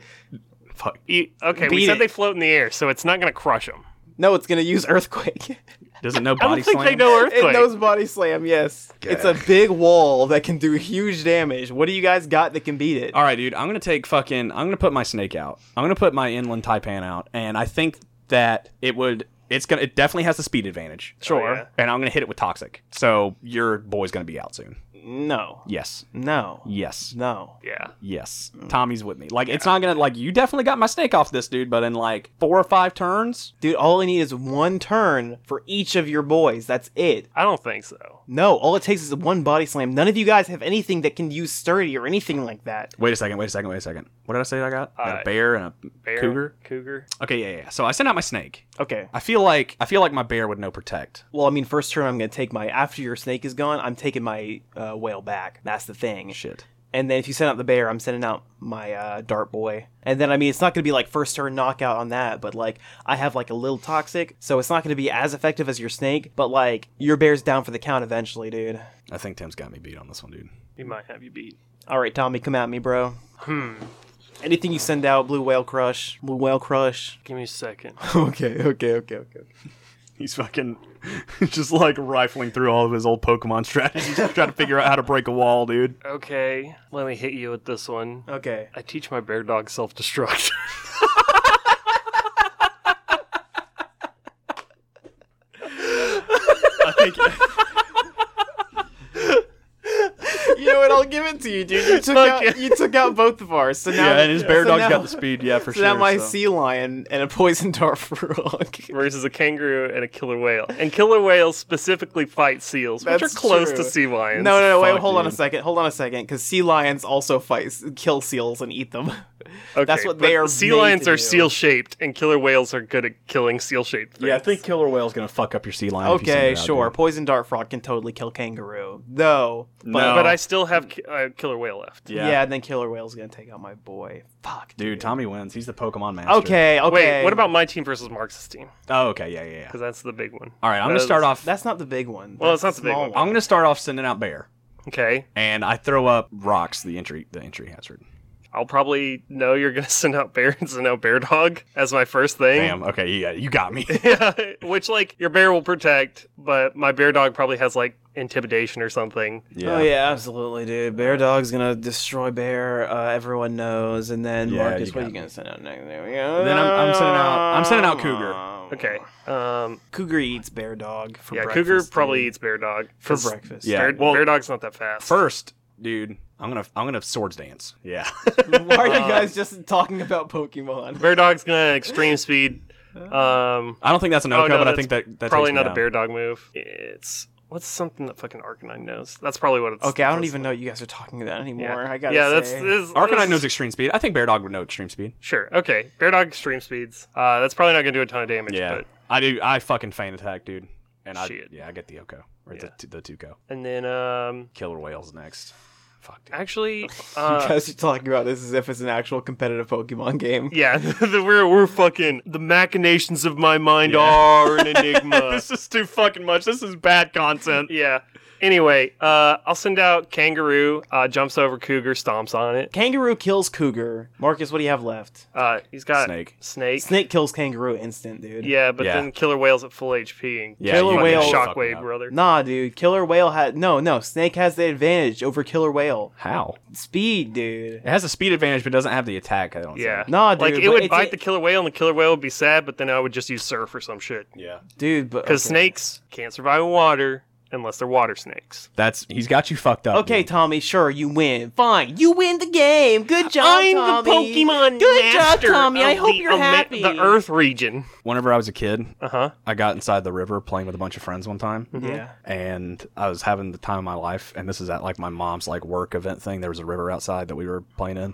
Speaker 6: Fuck.
Speaker 2: You- okay, we
Speaker 3: Beat
Speaker 2: said
Speaker 3: it.
Speaker 2: they float in the air, so it's not gonna crush them.
Speaker 3: No, it's gonna use earthquake.
Speaker 4: Does it know
Speaker 2: I
Speaker 4: body
Speaker 2: don't think
Speaker 4: slam?
Speaker 2: they know earthquake.
Speaker 3: It knows body slam. Yes, it's a big wall that can do huge damage. What do you guys got that can beat it?
Speaker 6: Uh,
Speaker 4: All right, dude. I'm gonna take fucking. I'm gonna put my snake out. I'm gonna put my inland taipan out, and I think that it would. It's gonna. It definitely has the speed advantage.
Speaker 2: Sure. yeah.
Speaker 4: And I'm gonna hit it with toxic. So your boy's gonna be out soon.
Speaker 3: No,
Speaker 4: Yes.
Speaker 3: no,
Speaker 4: Yes.
Speaker 3: no.
Speaker 2: yeah.
Speaker 4: Yes. Tommy's with me. Like it's not gonna. Like you definitely got my snake off this dude, but in like four or five turns.
Speaker 3: Dude, all I need is one turn for each of your boys. That's it.
Speaker 2: I don't think so.
Speaker 3: No, all it takes is one body slam. None of you guys have anything that can use sturdy or anything like that.
Speaker 4: Wait a second. Wait a second. Wait a second. What did I say? I got, I got
Speaker 2: Uh,
Speaker 4: a bear and a
Speaker 2: Bear,
Speaker 4: cougar.
Speaker 2: Cougar.
Speaker 3: Uh,
Speaker 4: Okay. Yeah. Yeah. yeah. So I sent out my snake.
Speaker 3: Okay.
Speaker 4: I feel like I feel like my bear would know protect.
Speaker 3: Well, I mean, first turn I'm gonna take my after your snake is gone. I'm taking my uh, whale back. That's the thing.
Speaker 4: Shit.
Speaker 3: And then if you send out the bear, I'm sending out my uh, dart boy. And then I mean, it's not gonna be like first turn knockout on that, but like I have like a little toxic, so it's not gonna be as effective as your snake. But like your bear's down for the count eventually, dude.
Speaker 4: I think Tim's got me beat on this one, dude.
Speaker 2: He might have you beat.
Speaker 3: All right, Tommy, come at me, bro. Hmm. Anything you send out, blue whale crush, blue whale crush.
Speaker 2: Give me a second.
Speaker 3: okay, okay, okay, okay.
Speaker 6: He's fucking just like rifling through all of his old Pokemon strategies, trying to figure out how to break a wall, dude.
Speaker 2: Okay, let me hit you with this one.
Speaker 3: Okay.
Speaker 2: I teach my bear dog self destruct.
Speaker 6: I think
Speaker 3: You know what? I'll give it to you, dude. You took
Speaker 2: Fuck
Speaker 3: out you took out both of ours. So now,
Speaker 6: yeah, and his bear
Speaker 3: so
Speaker 6: dog's
Speaker 3: now-
Speaker 6: got the speed, yeah, for
Speaker 3: So
Speaker 6: sure.
Speaker 3: now my
Speaker 6: so.
Speaker 3: sea lion and a poison dart frog.
Speaker 2: versus a kangaroo and a killer whale. And killer whales specifically fight seals, which
Speaker 3: That's
Speaker 2: are close
Speaker 3: true.
Speaker 2: to sea
Speaker 3: No,
Speaker 2: lions.
Speaker 3: no, no. Wait,
Speaker 6: fuck,
Speaker 3: hold on a
Speaker 6: dude.
Speaker 3: second. Hold on a second, because sea lions also fight s- kill seals and eat them.
Speaker 2: Okay,
Speaker 3: that's what
Speaker 2: but
Speaker 3: they are
Speaker 2: Sea
Speaker 3: made
Speaker 2: lions
Speaker 3: to
Speaker 2: are
Speaker 3: do.
Speaker 2: seal shaped, and killer whales are good at killing seal shaped things.
Speaker 4: Yeah, I think killer whale's gonna fuck up your sea lion. if you send
Speaker 3: okay,
Speaker 4: it out,
Speaker 3: sure.
Speaker 4: dude.
Speaker 3: Poison dart frog can totally kill kangaroo, though. But,
Speaker 6: No.
Speaker 2: But I still have ki- uh, killer whale left.
Speaker 3: yeah.
Speaker 4: Yeah.
Speaker 3: and then killer whale's gonna take out my boy. Fuck,
Speaker 4: Dude, Tommy wins. He's the Pokemon master.
Speaker 3: Okay, okay.
Speaker 2: Wait, what about my team versus Marx's team?
Speaker 4: Oh, okay. Yeah, yeah, yeah.
Speaker 2: Because that's the big one.
Speaker 4: All right, I'm gonna
Speaker 2: That
Speaker 4: start
Speaker 2: is-
Speaker 4: off.
Speaker 3: That's not the big one.
Speaker 2: Well,
Speaker 3: That's
Speaker 2: it's not the big
Speaker 3: small
Speaker 2: one.
Speaker 4: I'm gonna start off sending out bear,
Speaker 2: Okay,
Speaker 4: and I throw up rocks, the entry, the entry hazard.
Speaker 2: I'll probably know you're gonna send out bear and send out bear dog as my first thing.
Speaker 4: Damn. Okay. Yeah, you got
Speaker 2: Oh,
Speaker 4: me.
Speaker 2: Yeah, which like your bear will protect, but my bear dog probably has like intimidation or something.
Speaker 4: Yeah.
Speaker 3: Oh yeah, absolutely, dude. Bear Dog's gonna destroy Bear. Uh, everyone knows, and then
Speaker 4: Yeah,
Speaker 3: Marcus,
Speaker 4: you
Speaker 3: what are
Speaker 4: got
Speaker 3: you
Speaker 4: me.
Speaker 3: gonna send out next? There we go.
Speaker 4: Then I'm- I'm sending out- I'm sending out Cougar.
Speaker 2: Okay. Um
Speaker 3: Cougar eats Bear Dog for
Speaker 2: yeah,
Speaker 3: breakfast.
Speaker 2: cougar probably
Speaker 3: dude.
Speaker 2: eats bear dog
Speaker 3: for
Speaker 2: 'cause
Speaker 3: breakfast.
Speaker 4: Yeah.
Speaker 2: Bear,
Speaker 4: well-
Speaker 2: bear dog's not that fast.
Speaker 4: First, dude, I'm gonna I'm gonna swords dance. Yeah.
Speaker 3: Why are
Speaker 2: Uh,
Speaker 3: you guys just talking about Pokemon?
Speaker 2: bear dog's gonna extreme speed. Um
Speaker 4: I don't think that's an okay,
Speaker 2: oh, no,
Speaker 4: but I
Speaker 2: that's
Speaker 4: think that that's
Speaker 2: probably not a bear dog move. It's what's something that fucking Arcanine knows. That's probably what it's.
Speaker 3: Okay, I don't
Speaker 2: that's-
Speaker 3: even know what you guys are talking about
Speaker 2: Yeah,
Speaker 3: anymore. I gotta
Speaker 2: yeah that's
Speaker 3: say.
Speaker 2: this,
Speaker 4: Arcanine
Speaker 2: this-
Speaker 4: knows extreme speed. I think bear dog would know extreme speed.
Speaker 2: Sure. Okay. Bear dog extreme speeds. Uh, that's probably not gonna do a ton of damage.
Speaker 4: Yeah.
Speaker 2: But,
Speaker 4: I do. I fucking feint attack, dude. And I
Speaker 2: Shit.
Speaker 4: yeah I get the Oko or
Speaker 2: Yeah.
Speaker 4: the the Tuco.
Speaker 2: and then um,
Speaker 4: Killer whales next. Fuck, dude.
Speaker 2: actually,
Speaker 3: you
Speaker 2: uh,
Speaker 3: guys are talking about this as if it's an actual competitive Pokemon game.
Speaker 2: Yeah, the, we're we're fucking the machinations of my mind are an enigma.
Speaker 6: this is too fucking much. This is bad content.
Speaker 2: yeah. Anyway, uh, I'll send out kangaroo. Uh, jumps over cougar, stomps on it.
Speaker 3: Kangaroo kills Cougar. Marcus, what do you have left?
Speaker 2: Uh, he's got
Speaker 4: Snake.
Speaker 2: Snake.
Speaker 3: Snake kills Kangaroo instant, dude.
Speaker 2: Yeah, but
Speaker 4: Yeah.
Speaker 2: then killer whales at full HP. And
Speaker 4: Yeah,
Speaker 3: Killer
Speaker 4: you-
Speaker 3: whale-
Speaker 4: you fucked me
Speaker 2: Shockwave,
Speaker 4: up.
Speaker 2: brother.
Speaker 3: Nah, dude. Killer whale had no, no. Snake has the advantage over killer whale.
Speaker 4: How?
Speaker 3: Speed, dude.
Speaker 4: It has a speed advantage, but doesn't have the attack. I don't.
Speaker 2: Yeah.
Speaker 4: Think.
Speaker 3: Nah, dude,
Speaker 2: Like it
Speaker 3: but
Speaker 2: would
Speaker 3: it's
Speaker 2: bite
Speaker 3: a-
Speaker 2: the killer whale, and the killer whale would be sad. But then I would just use surf or some shit.
Speaker 4: Yeah.
Speaker 3: Dude, but
Speaker 2: Because
Speaker 3: okay.
Speaker 2: snakes can't survive in water. unless they're water snakes.
Speaker 4: That's he's got you fucked up.
Speaker 3: Okay,
Speaker 4: dude.
Speaker 3: Tommy, sure, you win. Fine. You win the game. Good job, Tommy. Good job, Tommy. I hope you're happy.
Speaker 2: The Earth region.
Speaker 4: Whenever I was a kid,
Speaker 2: Uh huh.
Speaker 4: I got inside the river playing with a bunch of friends one time.
Speaker 2: Mm-hmm.
Speaker 3: Yeah.
Speaker 4: and I was having the time of my life. And this is at like my mom's like work event thing. There was a river outside that we were playing in,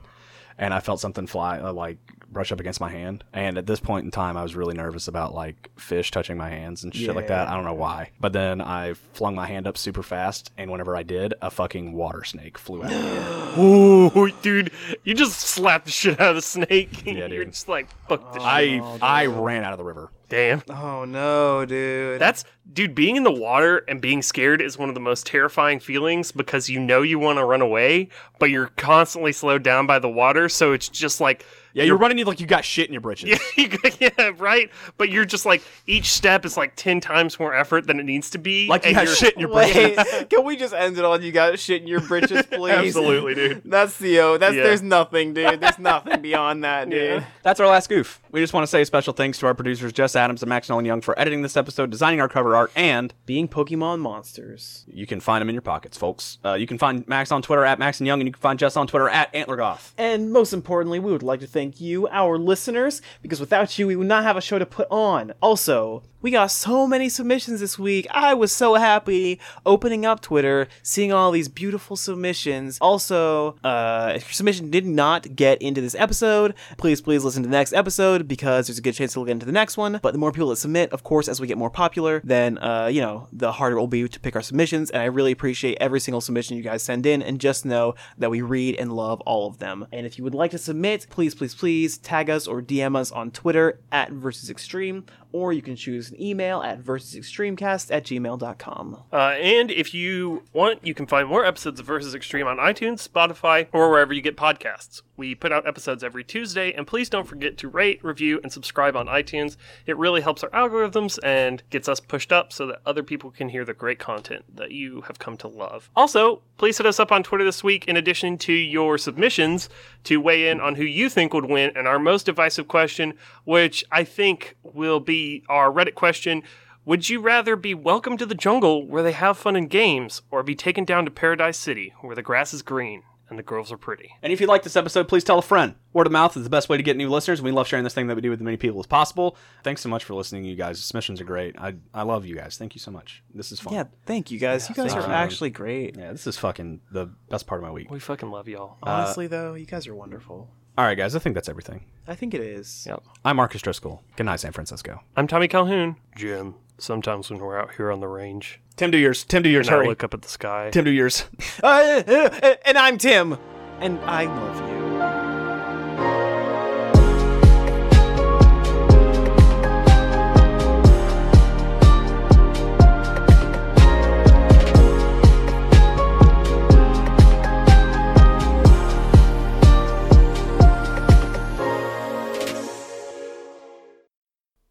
Speaker 4: and I felt something fly uh, like brush up against my hand. And at this point in time, I was really nervous about like fish touching my hands and shit like that. I don't know why, but then I flung my hand up super fast, and whenever I did, a fucking water snake flew out. of me.
Speaker 2: Ooh, dude, you just slapped the shit out of the snake.
Speaker 4: Yeah,
Speaker 2: You're
Speaker 4: dude.
Speaker 2: just like, fuck this shit.
Speaker 4: I I ran out of the river.
Speaker 2: Damn.
Speaker 3: Oh no, dude.
Speaker 2: That's dude, being in the water and being scared is one of the most terrifying feelings because you know you want to run away, but you're constantly slowed down by the water, so it's just like
Speaker 4: Yeah, you're running like you got shit in your britches.
Speaker 2: yeah, you go- yeah, right. But you're just like each step is like ten times more effort than it needs to be.
Speaker 4: Like you
Speaker 2: and
Speaker 4: got
Speaker 2: you're-
Speaker 4: shit in your britches.
Speaker 3: Wait, can we just end it on you got shit in your britches, please?
Speaker 2: Absolutely, dude.
Speaker 3: That's the oh. That's
Speaker 2: Yeah.
Speaker 3: there's nothing, dude. There's nothing beyond that, dude.
Speaker 4: That's our last goof. We just want to say special thanks to our producers Jess Adams and Max Nolan Young for editing this episode, designing our cover art, and
Speaker 3: Being Pokemon monsters.
Speaker 4: You can find them in your pockets, folks. Uh, you can find Max on Twitter at Max and Young, and you can find Jess on Twitter at Antlergoth.
Speaker 3: And most importantly, we would like to thank you, our listeners, because without you, we would not have a show to put on. Also, we got so many submissions this week. I was so happy opening up Twitter, seeing all these beautiful submissions. Also, uh, if your submission did not get into this episode, please, please listen to the next episode because there's a good chance it'll get into the next one. But the more people that submit, of course, as we get more popular, then, uh, you know, the harder it will be to pick our submissions. And I really appreciate every single submission you guys send in. And just know that we read and love all of them. And if you would like to submit, please, please, please tag us or DM us on Twitter at Versus Extreme, or you can choose an email at versusextremecast at gmail.com.
Speaker 2: Uh, and if you want, you can find more episodes of Versus Extreme on iTunes, Spotify, or wherever you get podcasts. We put out episodes every Tuesday, and please don't forget to rate, review, and subscribe on iTunes. It really helps our algorithms and gets us pushed up so that other people can hear the great content that you have come to love. Also, please hit us up on Twitter this week in addition to your submissions to weigh in on who you think would win and our most divisive question, which I think will be our Reddit question. Would you rather be welcome to the jungle where they have fun and games, or be taken down to Paradise City where the grass is green and the girls are pretty?
Speaker 4: And if you like this episode, please tell a friend. Word of mouth is the best way to get new listeners. We love sharing this thing that we do with as many people as possible. Thanks so much for listening, you guys. Submissions are great. I, I love you guys. Thank you so much. This is fun.
Speaker 3: Yeah, thank you guys. you guys
Speaker 4: thank
Speaker 3: are
Speaker 4: you.
Speaker 3: actually great. Uh,
Speaker 4: Yeah, this is fucking the best part of my week.
Speaker 2: We fucking love y'all.
Speaker 3: Honestly, though, you guys are wonderful.
Speaker 4: All right, guys, I think that's everything.
Speaker 3: I think it is.
Speaker 2: Yep.
Speaker 4: I'm Marcus Driscoll. Good night, San Francisco.
Speaker 2: I'm Tommy Calhoun. Jim. Sometimes when we're out here on the range,
Speaker 4: Tim, do yours. Tim, do yours.
Speaker 2: and I
Speaker 4: Hurry.
Speaker 2: look up at the sky.
Speaker 4: Tim, do yours.
Speaker 3: Uh, uh, uh, and I'm Tim, and I love you.